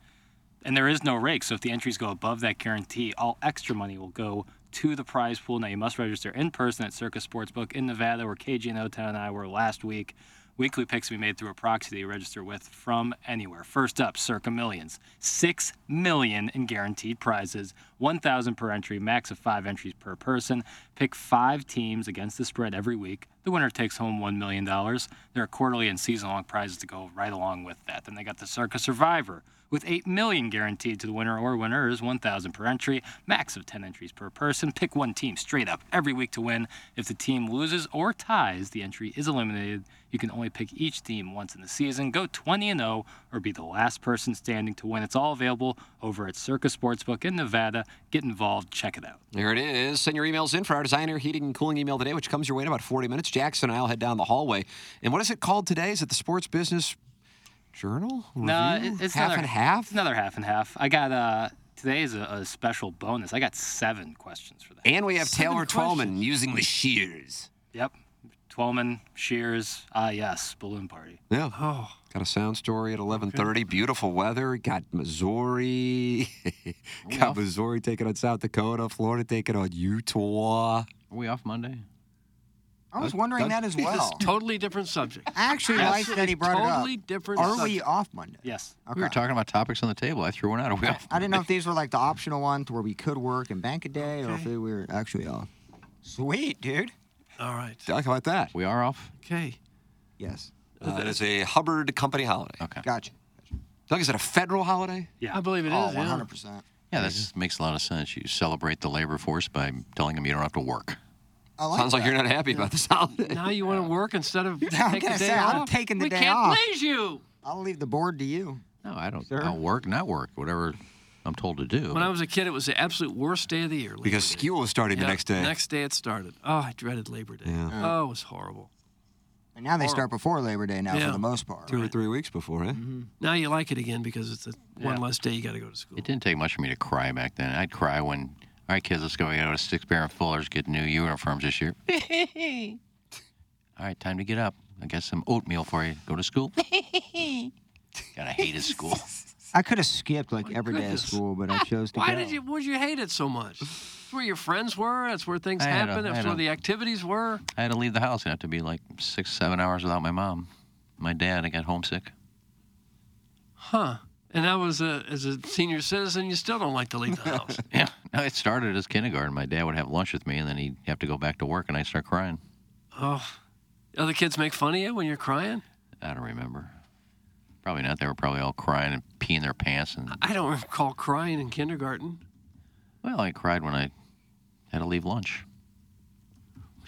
[SPEAKER 4] And there is no rake, so if the entries go above that guarantee, all extra money will go to the prize pool. Now you must register in person at Circus Sportsbook in Nevada, where KG and O-Town and I were last week. Weekly picks we made through a proxy that you register with from anywhere. First up, Circa Millions. Six million in guaranteed prizes. 1,000 per entry, max of five entries per person. Pick five teams against the spread every week. The winner takes home $1 million. There are quarterly and season long prizes to go right along with that. Then they got the Circa Survivor with 8 million guaranteed to the winner or winners 1000 per entry max of 10 entries per person pick one team straight up every week to win if the team loses or ties the entry is eliminated you can only pick each team once in the season go 20 and 0 or be the last person standing to win it's all available over at circus sportsbook in nevada get involved check it out
[SPEAKER 3] There it is. Send your emails in for our designer heating and cooling email today, which comes your way in about 40 minutes. Jackson and I'll head down the hallway. And what is it called today? Is it the Sports Business Journal?
[SPEAKER 4] No,
[SPEAKER 3] Review?
[SPEAKER 4] it- it's
[SPEAKER 3] half
[SPEAKER 4] another,
[SPEAKER 3] and half.
[SPEAKER 4] it's another half and half i got uh today is a, a special bonus i got seven questions for that
[SPEAKER 3] And we have
[SPEAKER 4] Seven
[SPEAKER 3] Taylor
[SPEAKER 4] questions.
[SPEAKER 3] Twelman using the shears.
[SPEAKER 4] Yep. Twelman, Shears, ah yes, balloon party.
[SPEAKER 3] Yeah. Got a sound story at 11:30. Beautiful weather. Got Missouri. Got Missouri taking on South Dakota. Florida taking on Utah. Are
[SPEAKER 8] we off Monday?
[SPEAKER 10] I was wondering that as well.
[SPEAKER 7] totally different subject.
[SPEAKER 10] I actually like that he brought it up.
[SPEAKER 7] totally different.
[SPEAKER 10] Are we
[SPEAKER 7] subject.
[SPEAKER 10] off Monday?
[SPEAKER 4] Yes.
[SPEAKER 8] We were
[SPEAKER 10] Okay.
[SPEAKER 8] talking about topics on the table. I threw one out. Are we off?
[SPEAKER 10] I didn't know if these were like the optional ones where we could work and bank a day, or if they were actually off. Sweet, dude.
[SPEAKER 7] All right.
[SPEAKER 3] Talk about that.
[SPEAKER 8] We are off.
[SPEAKER 10] Okay. Yes.
[SPEAKER 3] Uh, it is a Hubbard company holiday.
[SPEAKER 8] Okay.
[SPEAKER 10] Gotcha.
[SPEAKER 3] Doug, is it a federal holiday?
[SPEAKER 4] Yeah.
[SPEAKER 7] I believe it is.
[SPEAKER 10] Oh,
[SPEAKER 7] yeah.
[SPEAKER 10] 100%.
[SPEAKER 8] Yeah, that just makes a lot of sense. You celebrate the labor force by telling them you don't have to work.
[SPEAKER 10] I like
[SPEAKER 3] Sounds like
[SPEAKER 10] that.
[SPEAKER 3] you're not happy about this holiday.
[SPEAKER 7] Now you want to work instead of
[SPEAKER 10] I'm
[SPEAKER 7] taking
[SPEAKER 10] gonna
[SPEAKER 7] the day
[SPEAKER 10] say,
[SPEAKER 7] off?
[SPEAKER 10] I'm taking the
[SPEAKER 7] we
[SPEAKER 10] day
[SPEAKER 7] can't
[SPEAKER 10] off.
[SPEAKER 7] please you.
[SPEAKER 10] I'll leave the board to you.
[SPEAKER 8] No, I don't. I'll work, not work, whatever I'm told to do.
[SPEAKER 7] When I was a kid, it was the absolute worst day of the year. Labor
[SPEAKER 3] Because
[SPEAKER 7] Day.
[SPEAKER 3] school started
[SPEAKER 7] Yeah,
[SPEAKER 3] the next day.
[SPEAKER 7] Next day it started. Oh, I dreaded Labor Day.
[SPEAKER 3] Yeah.
[SPEAKER 7] Oh, it was horrible.
[SPEAKER 10] And now they start before Labor Day now
[SPEAKER 7] Yeah.
[SPEAKER 10] for the most part.
[SPEAKER 3] Two or three weeks before, eh?
[SPEAKER 8] Mm-hmm.
[SPEAKER 7] Now you like it again because it's a one
[SPEAKER 8] Yeah.
[SPEAKER 7] less day you got to go to school.
[SPEAKER 8] It didn't take much for me to cry back then. I'd cry when, all right, kids, let's go get out of six pair of Fuller's, get new uniforms this year. all right, time to get up. I got some oatmeal for you. Go to school. God, I hated school.
[SPEAKER 10] I could have skipped like every day
[SPEAKER 7] goodness.
[SPEAKER 10] of school, but I chose to
[SPEAKER 7] Why
[SPEAKER 10] go.
[SPEAKER 7] did you? Would you hate it so much? It's where your friends were. That's where things
[SPEAKER 8] I had a-
[SPEAKER 7] happened.
[SPEAKER 8] I
[SPEAKER 7] That's
[SPEAKER 8] had
[SPEAKER 7] where
[SPEAKER 8] a-
[SPEAKER 7] the activities were.
[SPEAKER 8] I had to leave the house. I had to be like six, seven hours without my mom. My dad, I got homesick.
[SPEAKER 7] Huh. And that was a, as a senior citizen, you still don't like to leave the house.
[SPEAKER 8] Yeah. No, it started as kindergarten. My dad would have lunch with me, and then he'd have to go back to work, and I'd start crying.
[SPEAKER 7] oh, other kids make fun of you when you're crying.
[SPEAKER 8] I don't remember. Probably not. They were probably all crying and peeing their pants. And
[SPEAKER 7] I don't recall crying in kindergarten.
[SPEAKER 8] well, I cried when I had to leave lunch.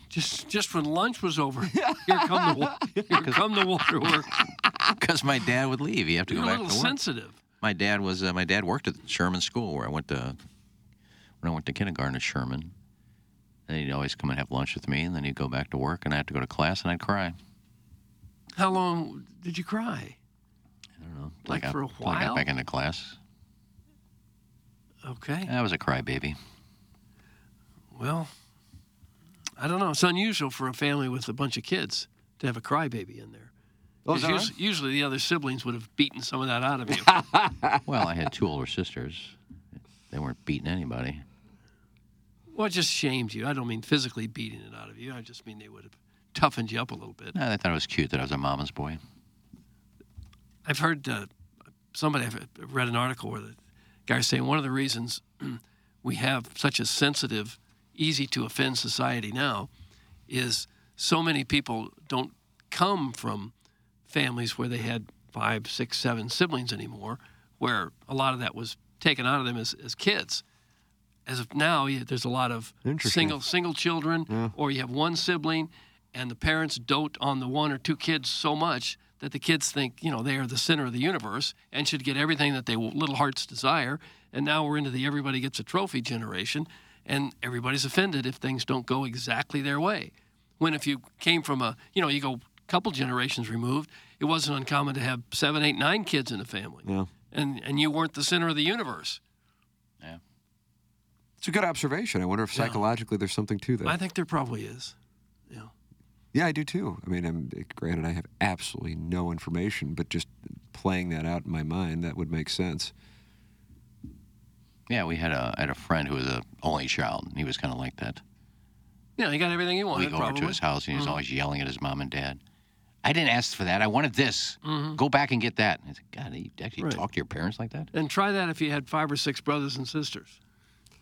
[SPEAKER 7] Just just when lunch was over, here come the wa- here come the waterworks.
[SPEAKER 8] because my dad would leave. He would have to
[SPEAKER 7] You're a
[SPEAKER 8] go back to
[SPEAKER 7] little
[SPEAKER 8] work.
[SPEAKER 7] sensitive.
[SPEAKER 8] My dad was uh, my dad worked at Sherman School where I went to when I went to kindergarten at Sherman. And he'd always come and have lunch with me, and then he'd go back to work, and I had to go to class, and I'd cry.
[SPEAKER 7] How long did you cry?
[SPEAKER 8] I don't know. till I
[SPEAKER 7] Like
[SPEAKER 8] got-
[SPEAKER 7] for a
[SPEAKER 8] till I
[SPEAKER 7] while?
[SPEAKER 8] got back into class.
[SPEAKER 7] Okay.
[SPEAKER 8] I was a crybaby.
[SPEAKER 7] Well, I don't know. It's unusual for a family with a bunch of kids to have a crybaby in there.
[SPEAKER 3] Oh, is
[SPEAKER 7] 'Cause
[SPEAKER 3] that
[SPEAKER 7] us- Usually the other siblings would have beaten some of that out of you.
[SPEAKER 8] well, I had two older sisters. They weren't beating anybody.
[SPEAKER 7] well, it just shamed you. I don't mean physically beating it out of you. I just mean they would have toughened you up a little bit.
[SPEAKER 8] No, they thought it was cute that I was a mama's boy.
[SPEAKER 7] I've heard uh, somebody I read an article where the guy's saying one of the reasons we have such a sensitive, easy to offend society now is so many people don't come from families where they had five, six, seven siblings anymore, where a lot of that was taken out of them as, as kids. As of now, you- there's a lot of
[SPEAKER 3] Interesting.
[SPEAKER 7] single single children,
[SPEAKER 3] Yeah.
[SPEAKER 7] or you have one sibling, and the parents dote on the one or two kids so much that the kids think you know they are the center of the universe and should get everything that they little hearts desire. And now we're into the everybody gets a trophy generation, and everybody's offended if things don't go exactly their way. When if you came from a you know you go couple generations removed, it wasn't uncommon to have seven, eight, nine kids in a family,
[SPEAKER 3] Yeah.
[SPEAKER 7] and and you weren't the center of the universe.
[SPEAKER 3] It's a good observation. I wonder if
[SPEAKER 7] Yeah.
[SPEAKER 3] psychologically there's something to that.
[SPEAKER 7] I think there probably is.
[SPEAKER 3] yeah, I do too. I mean, I'm, granted, I have absolutely no information, but just playing that out in my mind, that would make sense.
[SPEAKER 8] Yeah, we had a I had a friend who was a only child, and he was kind of like that.
[SPEAKER 7] Yeah, he got everything he
[SPEAKER 8] we
[SPEAKER 7] wanted.
[SPEAKER 8] go over
[SPEAKER 7] probably.
[SPEAKER 8] to his house, and he was
[SPEAKER 7] Mhm.
[SPEAKER 8] always yelling at his mom and dad. I didn't ask for that. I wanted this. Go back and get that. And I said, God, you actually talk to your parents like that?
[SPEAKER 7] And try that if you had five or six brothers and sisters.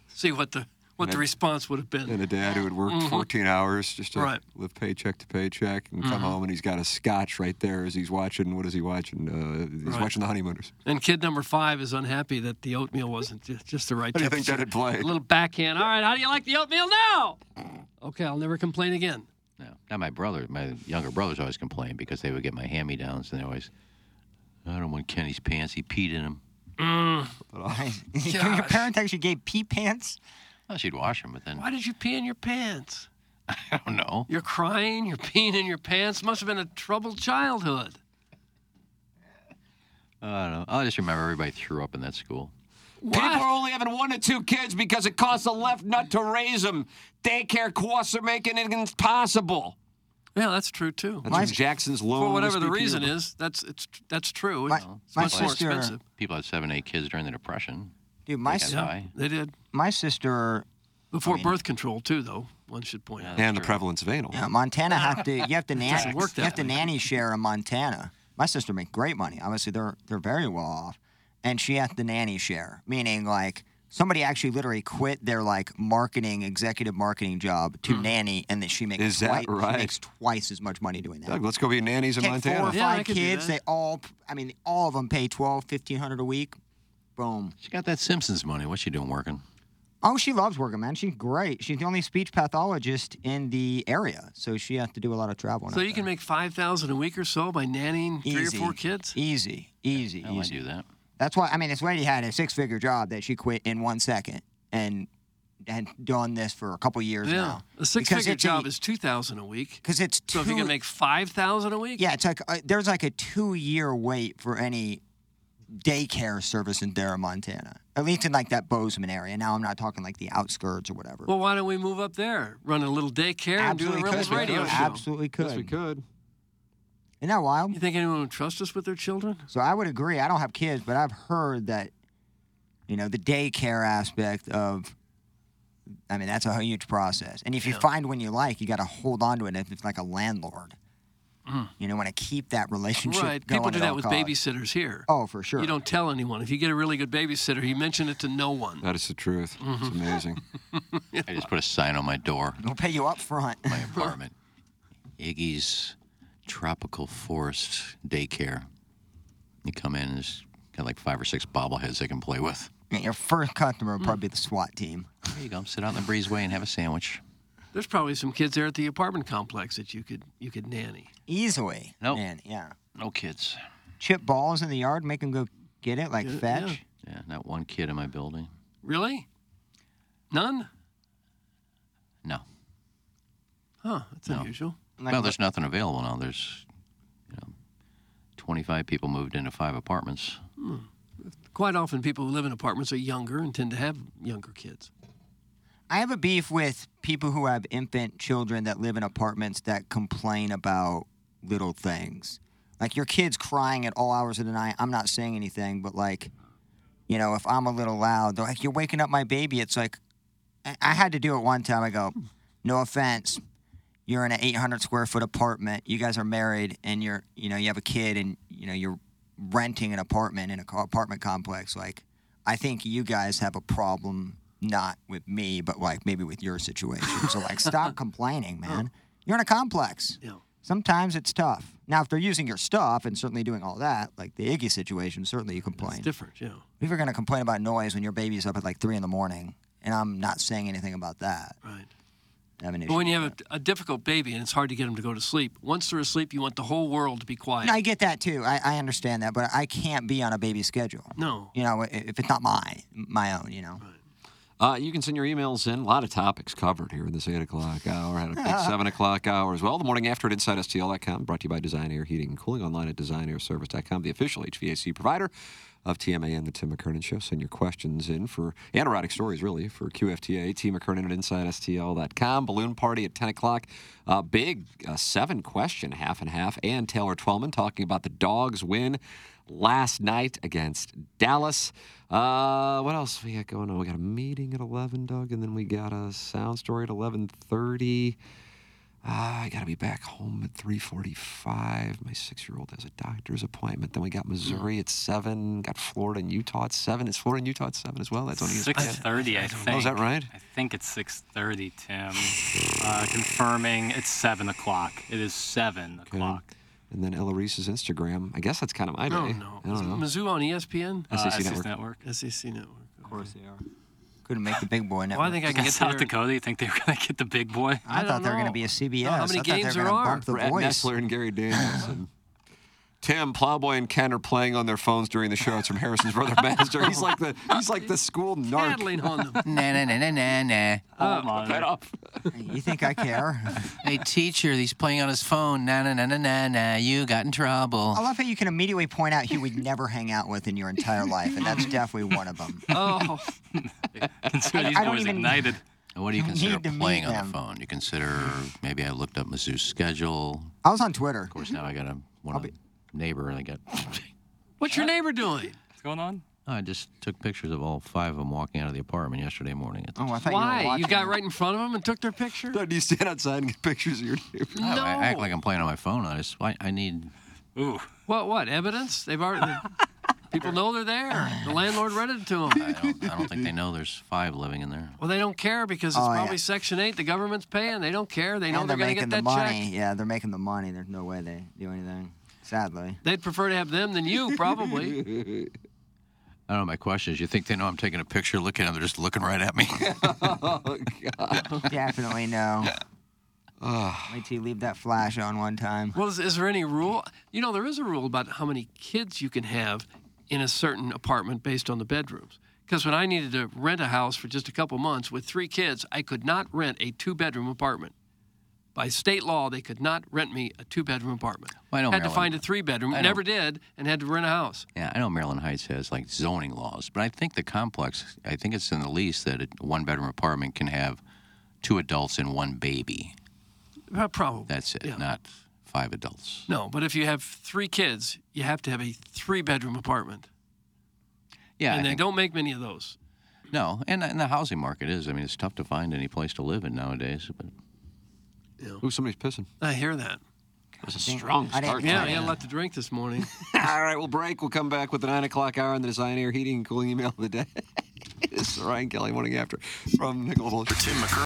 [SPEAKER 7] See what the what the
[SPEAKER 3] Yeah.
[SPEAKER 7] response would have been.
[SPEAKER 3] And a dad who had worked
[SPEAKER 7] Mhm.
[SPEAKER 3] 14 hours just to
[SPEAKER 7] Right.
[SPEAKER 3] live paycheck to paycheck and come
[SPEAKER 7] Mhm.
[SPEAKER 3] home and he's got a scotch right there as he's watching. What is he watching? Uh, he's
[SPEAKER 7] Right.
[SPEAKER 3] watching The Honeymooners.
[SPEAKER 7] And kid number five is unhappy that the oatmeal wasn't ju- just the right
[SPEAKER 3] How do you think
[SPEAKER 7] temperature.
[SPEAKER 3] that'd play?
[SPEAKER 7] A little backhand. All right, how do you like the oatmeal now? Okay, I'll never complain again.
[SPEAKER 8] Now my brother, my younger brothers, always complained because they would get my hand-me-downs, and they always, I don't want Kenny's pants. He peed in them.
[SPEAKER 10] Your parent actually gave pee pants?
[SPEAKER 8] Well, she'd wash them, but then
[SPEAKER 7] Why did you pee in your pants?
[SPEAKER 8] I don't know.
[SPEAKER 7] You're crying. You're peeing in your pants. Must have been a troubled childhood.
[SPEAKER 8] I don't know. I just remember everybody threw up in that school.
[SPEAKER 3] People are only having one to two kids because it costs a left nut to raise them. Daycare costs are making it impossible.
[SPEAKER 7] Yeah, that's true too.
[SPEAKER 3] That's from Jackson's loan.
[SPEAKER 7] For whatever the
[SPEAKER 3] Mr.
[SPEAKER 7] reason
[SPEAKER 3] Peter.
[SPEAKER 7] is, that's it's that's true. It's, it's
[SPEAKER 10] my
[SPEAKER 7] much more
[SPEAKER 10] sister-
[SPEAKER 7] expensive.
[SPEAKER 8] People had seven, eight kids during the Depression.
[SPEAKER 10] Dude, my
[SPEAKER 8] They had
[SPEAKER 10] sister-
[SPEAKER 8] high.
[SPEAKER 7] They did.
[SPEAKER 10] My sister.
[SPEAKER 7] Before
[SPEAKER 10] I mean-
[SPEAKER 7] birth control too, though, one should point out.
[SPEAKER 3] And the prevalence of anal.
[SPEAKER 10] Yeah, Montana have to. You have to
[SPEAKER 7] It doesn't
[SPEAKER 10] nanny.
[SPEAKER 7] work
[SPEAKER 10] You have
[SPEAKER 7] that
[SPEAKER 10] to
[SPEAKER 7] way.
[SPEAKER 10] nanny share in Montana. My sister make great money. Obviously, they're they're very well off, and she had to nanny share, meaning like somebody actually literally quit their like marketing executive marketing job
[SPEAKER 7] Hmm.
[SPEAKER 10] to nanny, and that she makes
[SPEAKER 3] Is that
[SPEAKER 10] twice,
[SPEAKER 3] right?
[SPEAKER 10] she makes twice as much money doing that.
[SPEAKER 3] Doug, let's go be nannies in
[SPEAKER 10] Take
[SPEAKER 3] Montana.
[SPEAKER 10] Four or five kids. They all. I mean, all of them pay twelve, fifteen hundred a week. Boom.
[SPEAKER 8] She got that Simpsons money. What's she doing working?
[SPEAKER 10] Oh, she loves working, man. She's great. She's the only speech pathologist in the area, so she has to do a lot of traveling.
[SPEAKER 7] So you can make five thousand a week or so by nannying three or
[SPEAKER 10] Easy.
[SPEAKER 7] four kids.
[SPEAKER 10] Easy, easy,
[SPEAKER 8] Hell, I
[SPEAKER 10] easy.
[SPEAKER 8] do that.
[SPEAKER 10] That's why I mean, this lady had a six-figure job that she quit in one second, and had done this for a couple years
[SPEAKER 7] yeah,
[SPEAKER 10] now.
[SPEAKER 7] a six-figure job is two thousand a week.
[SPEAKER 10] because it's
[SPEAKER 7] So if you can
[SPEAKER 10] two-
[SPEAKER 7] make five thousand a week,
[SPEAKER 10] yeah, it's like uh, there's like a two-year wait for any daycare service in Dara, Montana, at least in like that Bozeman area. Now I'm not talking like the outskirts or whatever.
[SPEAKER 7] well, why don't we move up there, run a little daycare,
[SPEAKER 10] Absolutely
[SPEAKER 7] and do a Rebels
[SPEAKER 10] could.
[SPEAKER 7] radio show?
[SPEAKER 10] Absolutely could.
[SPEAKER 3] Yes, we could.
[SPEAKER 10] Isn't that wild?
[SPEAKER 7] You think anyone would trust us with their children?
[SPEAKER 10] So I would agree. I don't have kids, but I've heard that, you know, the daycare aspect of, I mean, that's a huge process. And if you
[SPEAKER 7] Yeah.
[SPEAKER 10] find one you like, you got to hold on to it. If it's like a landlord, you know, want to keep that relationship
[SPEAKER 7] Mm. Right.
[SPEAKER 10] going.
[SPEAKER 7] People do
[SPEAKER 10] at
[SPEAKER 7] that
[SPEAKER 10] all
[SPEAKER 7] with
[SPEAKER 10] costs.
[SPEAKER 7] babysitters here.
[SPEAKER 10] Oh, for sure.
[SPEAKER 7] You don't tell anyone. If you get a really good babysitter, you mention it to no one.
[SPEAKER 3] That is the truth. It's
[SPEAKER 7] Mm-hmm.
[SPEAKER 3] amazing.
[SPEAKER 8] I just put a sign on my door,
[SPEAKER 10] We'll pay you up front.
[SPEAKER 8] my apartment. Iggy's Tropical Forest Daycare. You come in, and there's got like five or six bobbleheads they can play with.
[SPEAKER 10] Yeah, Your first
[SPEAKER 7] Mm.
[SPEAKER 10] customer would probably be the SWAT team.
[SPEAKER 8] There you go. Sit out in the breezeway and have a sandwich.
[SPEAKER 7] There's probably some kids there at the apartment complex that you could you could nanny.
[SPEAKER 10] Easily.
[SPEAKER 8] Nope.
[SPEAKER 10] Man, yeah.
[SPEAKER 8] No kids.
[SPEAKER 10] Chip balls in the yard, make them go get it, like
[SPEAKER 7] Yeah,
[SPEAKER 10] fetch.
[SPEAKER 7] yeah.
[SPEAKER 8] Yeah, not one kid in my building.
[SPEAKER 7] Really? None?
[SPEAKER 8] No.
[SPEAKER 7] Huh, that's unusual.
[SPEAKER 8] well, there's nothing available now. There's, you know, 25 people moved into five apartments.
[SPEAKER 7] Hmm. Quite often people who live in apartments are younger and tend to have younger kids.
[SPEAKER 10] I have a beef with people who have infant children that live in apartments that complain about little things. Like your kid's crying at all hours of the night. I'm not saying anything, but like, you know, if I'm a little loud, they're like, you're waking up my baby. It's like, I- I had to do it one time. I go, no offense. You're in an 800 square foot apartment. You guys are married and you're, you know, you have a kid and, you know, you're renting an apartment in an apartment complex, like I think you guys have a problem not with me, but like maybe with your situation. So like, stop complaining, man. You're in a complex. Sometimes it's tough. Now, if they're using your stuff and certainly doing all that, like the Iggy situation, certainly you complain.
[SPEAKER 7] Different, yeah.
[SPEAKER 10] If you're going to complain about noise when your baby's up at like three in the morning, and I'm not saying anything about that,
[SPEAKER 7] right?
[SPEAKER 10] I have an
[SPEAKER 7] But
[SPEAKER 10] issue.
[SPEAKER 7] when you have a, a difficult baby and it's hard to get them to go to sleep, once they're asleep, you want the whole world to be quiet.
[SPEAKER 10] And I get that too. I, I understand that, but I can't be on a baby schedule.
[SPEAKER 7] No.
[SPEAKER 10] You know, i- if it's not my my own, you know.
[SPEAKER 3] Uh, you can send your emails in. A lot of topics covered here in this 8 o'clock hour. Had a big 7 o'clock hour as well. The morning after at InsideSTL.com. Brought to you by Design Air Heating and Cooling. Online at DesignAirService.com, the official HVAC provider of TMA and the Tim McKernan Show. Send your questions in for, and erotic stories, really, for QFTA. T McKernan at InsideSTL.com. Balloon Party at 10 o'clock. Uh, big uh, seven question, half and half. And Taylor Twellman talking about the dogs win last night against Dallas. Uh, what else we got going on? We got a meeting at 11, Doug, and then we got a sound story at 11:30. Uh, I got to be back home at 3:45. My six-year-old has a doctor's appointment. Then we got Missouri at seven. Got Florida and Utah at seven. Is Florida and Utah at seven as well? That's on E ESPN.
[SPEAKER 4] Six thirty, I think.
[SPEAKER 3] Oh, is that right?
[SPEAKER 4] I think it's six thirty, Tim. Uh, confirming it's seven o'clock. It is seven o'clock.
[SPEAKER 3] And then Ella Reese's Instagram. I guess that's kind of my
[SPEAKER 7] No,
[SPEAKER 3] day.
[SPEAKER 7] no.
[SPEAKER 3] I don't know.
[SPEAKER 7] Mizzou on E ESPN?
[SPEAKER 3] Uh,
[SPEAKER 10] E
[SPEAKER 3] SEC SEC Network.
[SPEAKER 7] SEC E Network. Of
[SPEAKER 10] course they are. Couldn't make the big boy now.
[SPEAKER 7] Well, I think I can get
[SPEAKER 4] South
[SPEAKER 7] there.
[SPEAKER 4] Dakota. You think they were going to get the big boy?
[SPEAKER 10] I, thought they were going to be a CBS. I thought they were gonna Bump the
[SPEAKER 3] Brad
[SPEAKER 10] voice.
[SPEAKER 3] Nessler and Gary Daniels. and Tim Plowboy and Ken are playing on their phones during the show. It's from Harrison's brother Master. He's like the he's like the school narc.
[SPEAKER 7] Tattling on them.
[SPEAKER 8] Na na na na na na.
[SPEAKER 3] Oh,
[SPEAKER 10] uh,
[SPEAKER 3] cut that off.
[SPEAKER 10] You think I care?
[SPEAKER 8] hey, teacher, he's playing on his phone. Na na na na na na. You got in trouble.
[SPEAKER 10] I love how you can immediately point out who we'd never hang out with in your entire life, and that's definitely one of them.
[SPEAKER 7] Oh.
[SPEAKER 8] Consider
[SPEAKER 10] I- these I don't boys even- ignited.
[SPEAKER 8] What do you
[SPEAKER 10] I don't
[SPEAKER 8] consider
[SPEAKER 10] need to meet
[SPEAKER 8] playing on
[SPEAKER 10] them.
[SPEAKER 8] the phone? You consider maybe I looked up Mizzou's schedule.
[SPEAKER 10] I was on Twitter. Of
[SPEAKER 8] course, now I got a one of neighbor and I got.
[SPEAKER 7] What's your neighbor doing?
[SPEAKER 4] What's going on?
[SPEAKER 8] I just took pictures of all five of them walking out of the apartment yesterday morning. At the
[SPEAKER 10] oh, I
[SPEAKER 7] Why? You, got right in front of them and took their picture?
[SPEAKER 3] do you stand outside and get pictures of your neighbor?
[SPEAKER 7] No.
[SPEAKER 8] Oh, I act like I'm playing on my phone. I just I, I need.
[SPEAKER 4] Ooh.
[SPEAKER 7] What? What? Evidence? They've already. people know they're there. The landlord read it to them.
[SPEAKER 8] I don't, I don't think they know there's five living in there.
[SPEAKER 7] Well, they don't care because it's
[SPEAKER 10] Oh, yeah.
[SPEAKER 7] probably Section 8. The government's paying. They don't care. They know
[SPEAKER 10] and
[SPEAKER 7] they're,
[SPEAKER 10] they're,
[SPEAKER 7] going to
[SPEAKER 10] making
[SPEAKER 7] get that
[SPEAKER 10] the money.
[SPEAKER 7] check.
[SPEAKER 10] Yeah, they're making the money. There's no way they do anything. Sadly.
[SPEAKER 7] They'd prefer to have them than you, probably.
[SPEAKER 8] I don't know. My question is, you think they know I'm taking a picture, looking at them? They're just looking right at me.
[SPEAKER 3] oh God.
[SPEAKER 10] Definitely no. Wait till you leave that flash on one time.
[SPEAKER 7] Well, is, is there any rule? You know, there is a rule about how many kids you can have in a certain apartment based on the bedrooms. Because when I needed to rent a house for just a couple months with three kids, I could not rent a two bedroom apartment. By state law, they could not rent me a two bedroom apartment.
[SPEAKER 8] Well, I know
[SPEAKER 7] had to
[SPEAKER 8] Maryland-
[SPEAKER 7] find a three bedroom,
[SPEAKER 8] I know-
[SPEAKER 7] never did, and had to rent a house.
[SPEAKER 8] Yeah, I know Maryland Heights has like zoning laws, but I think the complex, I think it's in the lease that a one bedroom apartment can have two adults and one baby.
[SPEAKER 7] Uh, Probably.
[SPEAKER 8] That's it,
[SPEAKER 7] Yeah.
[SPEAKER 8] not five adults.
[SPEAKER 7] No, but if you have three kids, you have to have a three bedroom apartment.
[SPEAKER 8] Yeah, I
[SPEAKER 7] And they
[SPEAKER 8] think-
[SPEAKER 7] don't make many of those.
[SPEAKER 8] No, and, and the housing market is. I mean, it's tough to find any place to live in nowadays. But
[SPEAKER 3] Ooh, somebody's pissing.
[SPEAKER 7] I hear that.
[SPEAKER 3] That was a strong
[SPEAKER 7] I didn't-
[SPEAKER 3] start.
[SPEAKER 7] Yeah, I had a lot to drink this morning.
[SPEAKER 3] All right, we'll break. We'll come back with the 9 o'clock hour and the Design Air Heating and Cooling email of the day. this is Ryan Kelly morning after from Nickel Tim McCurry.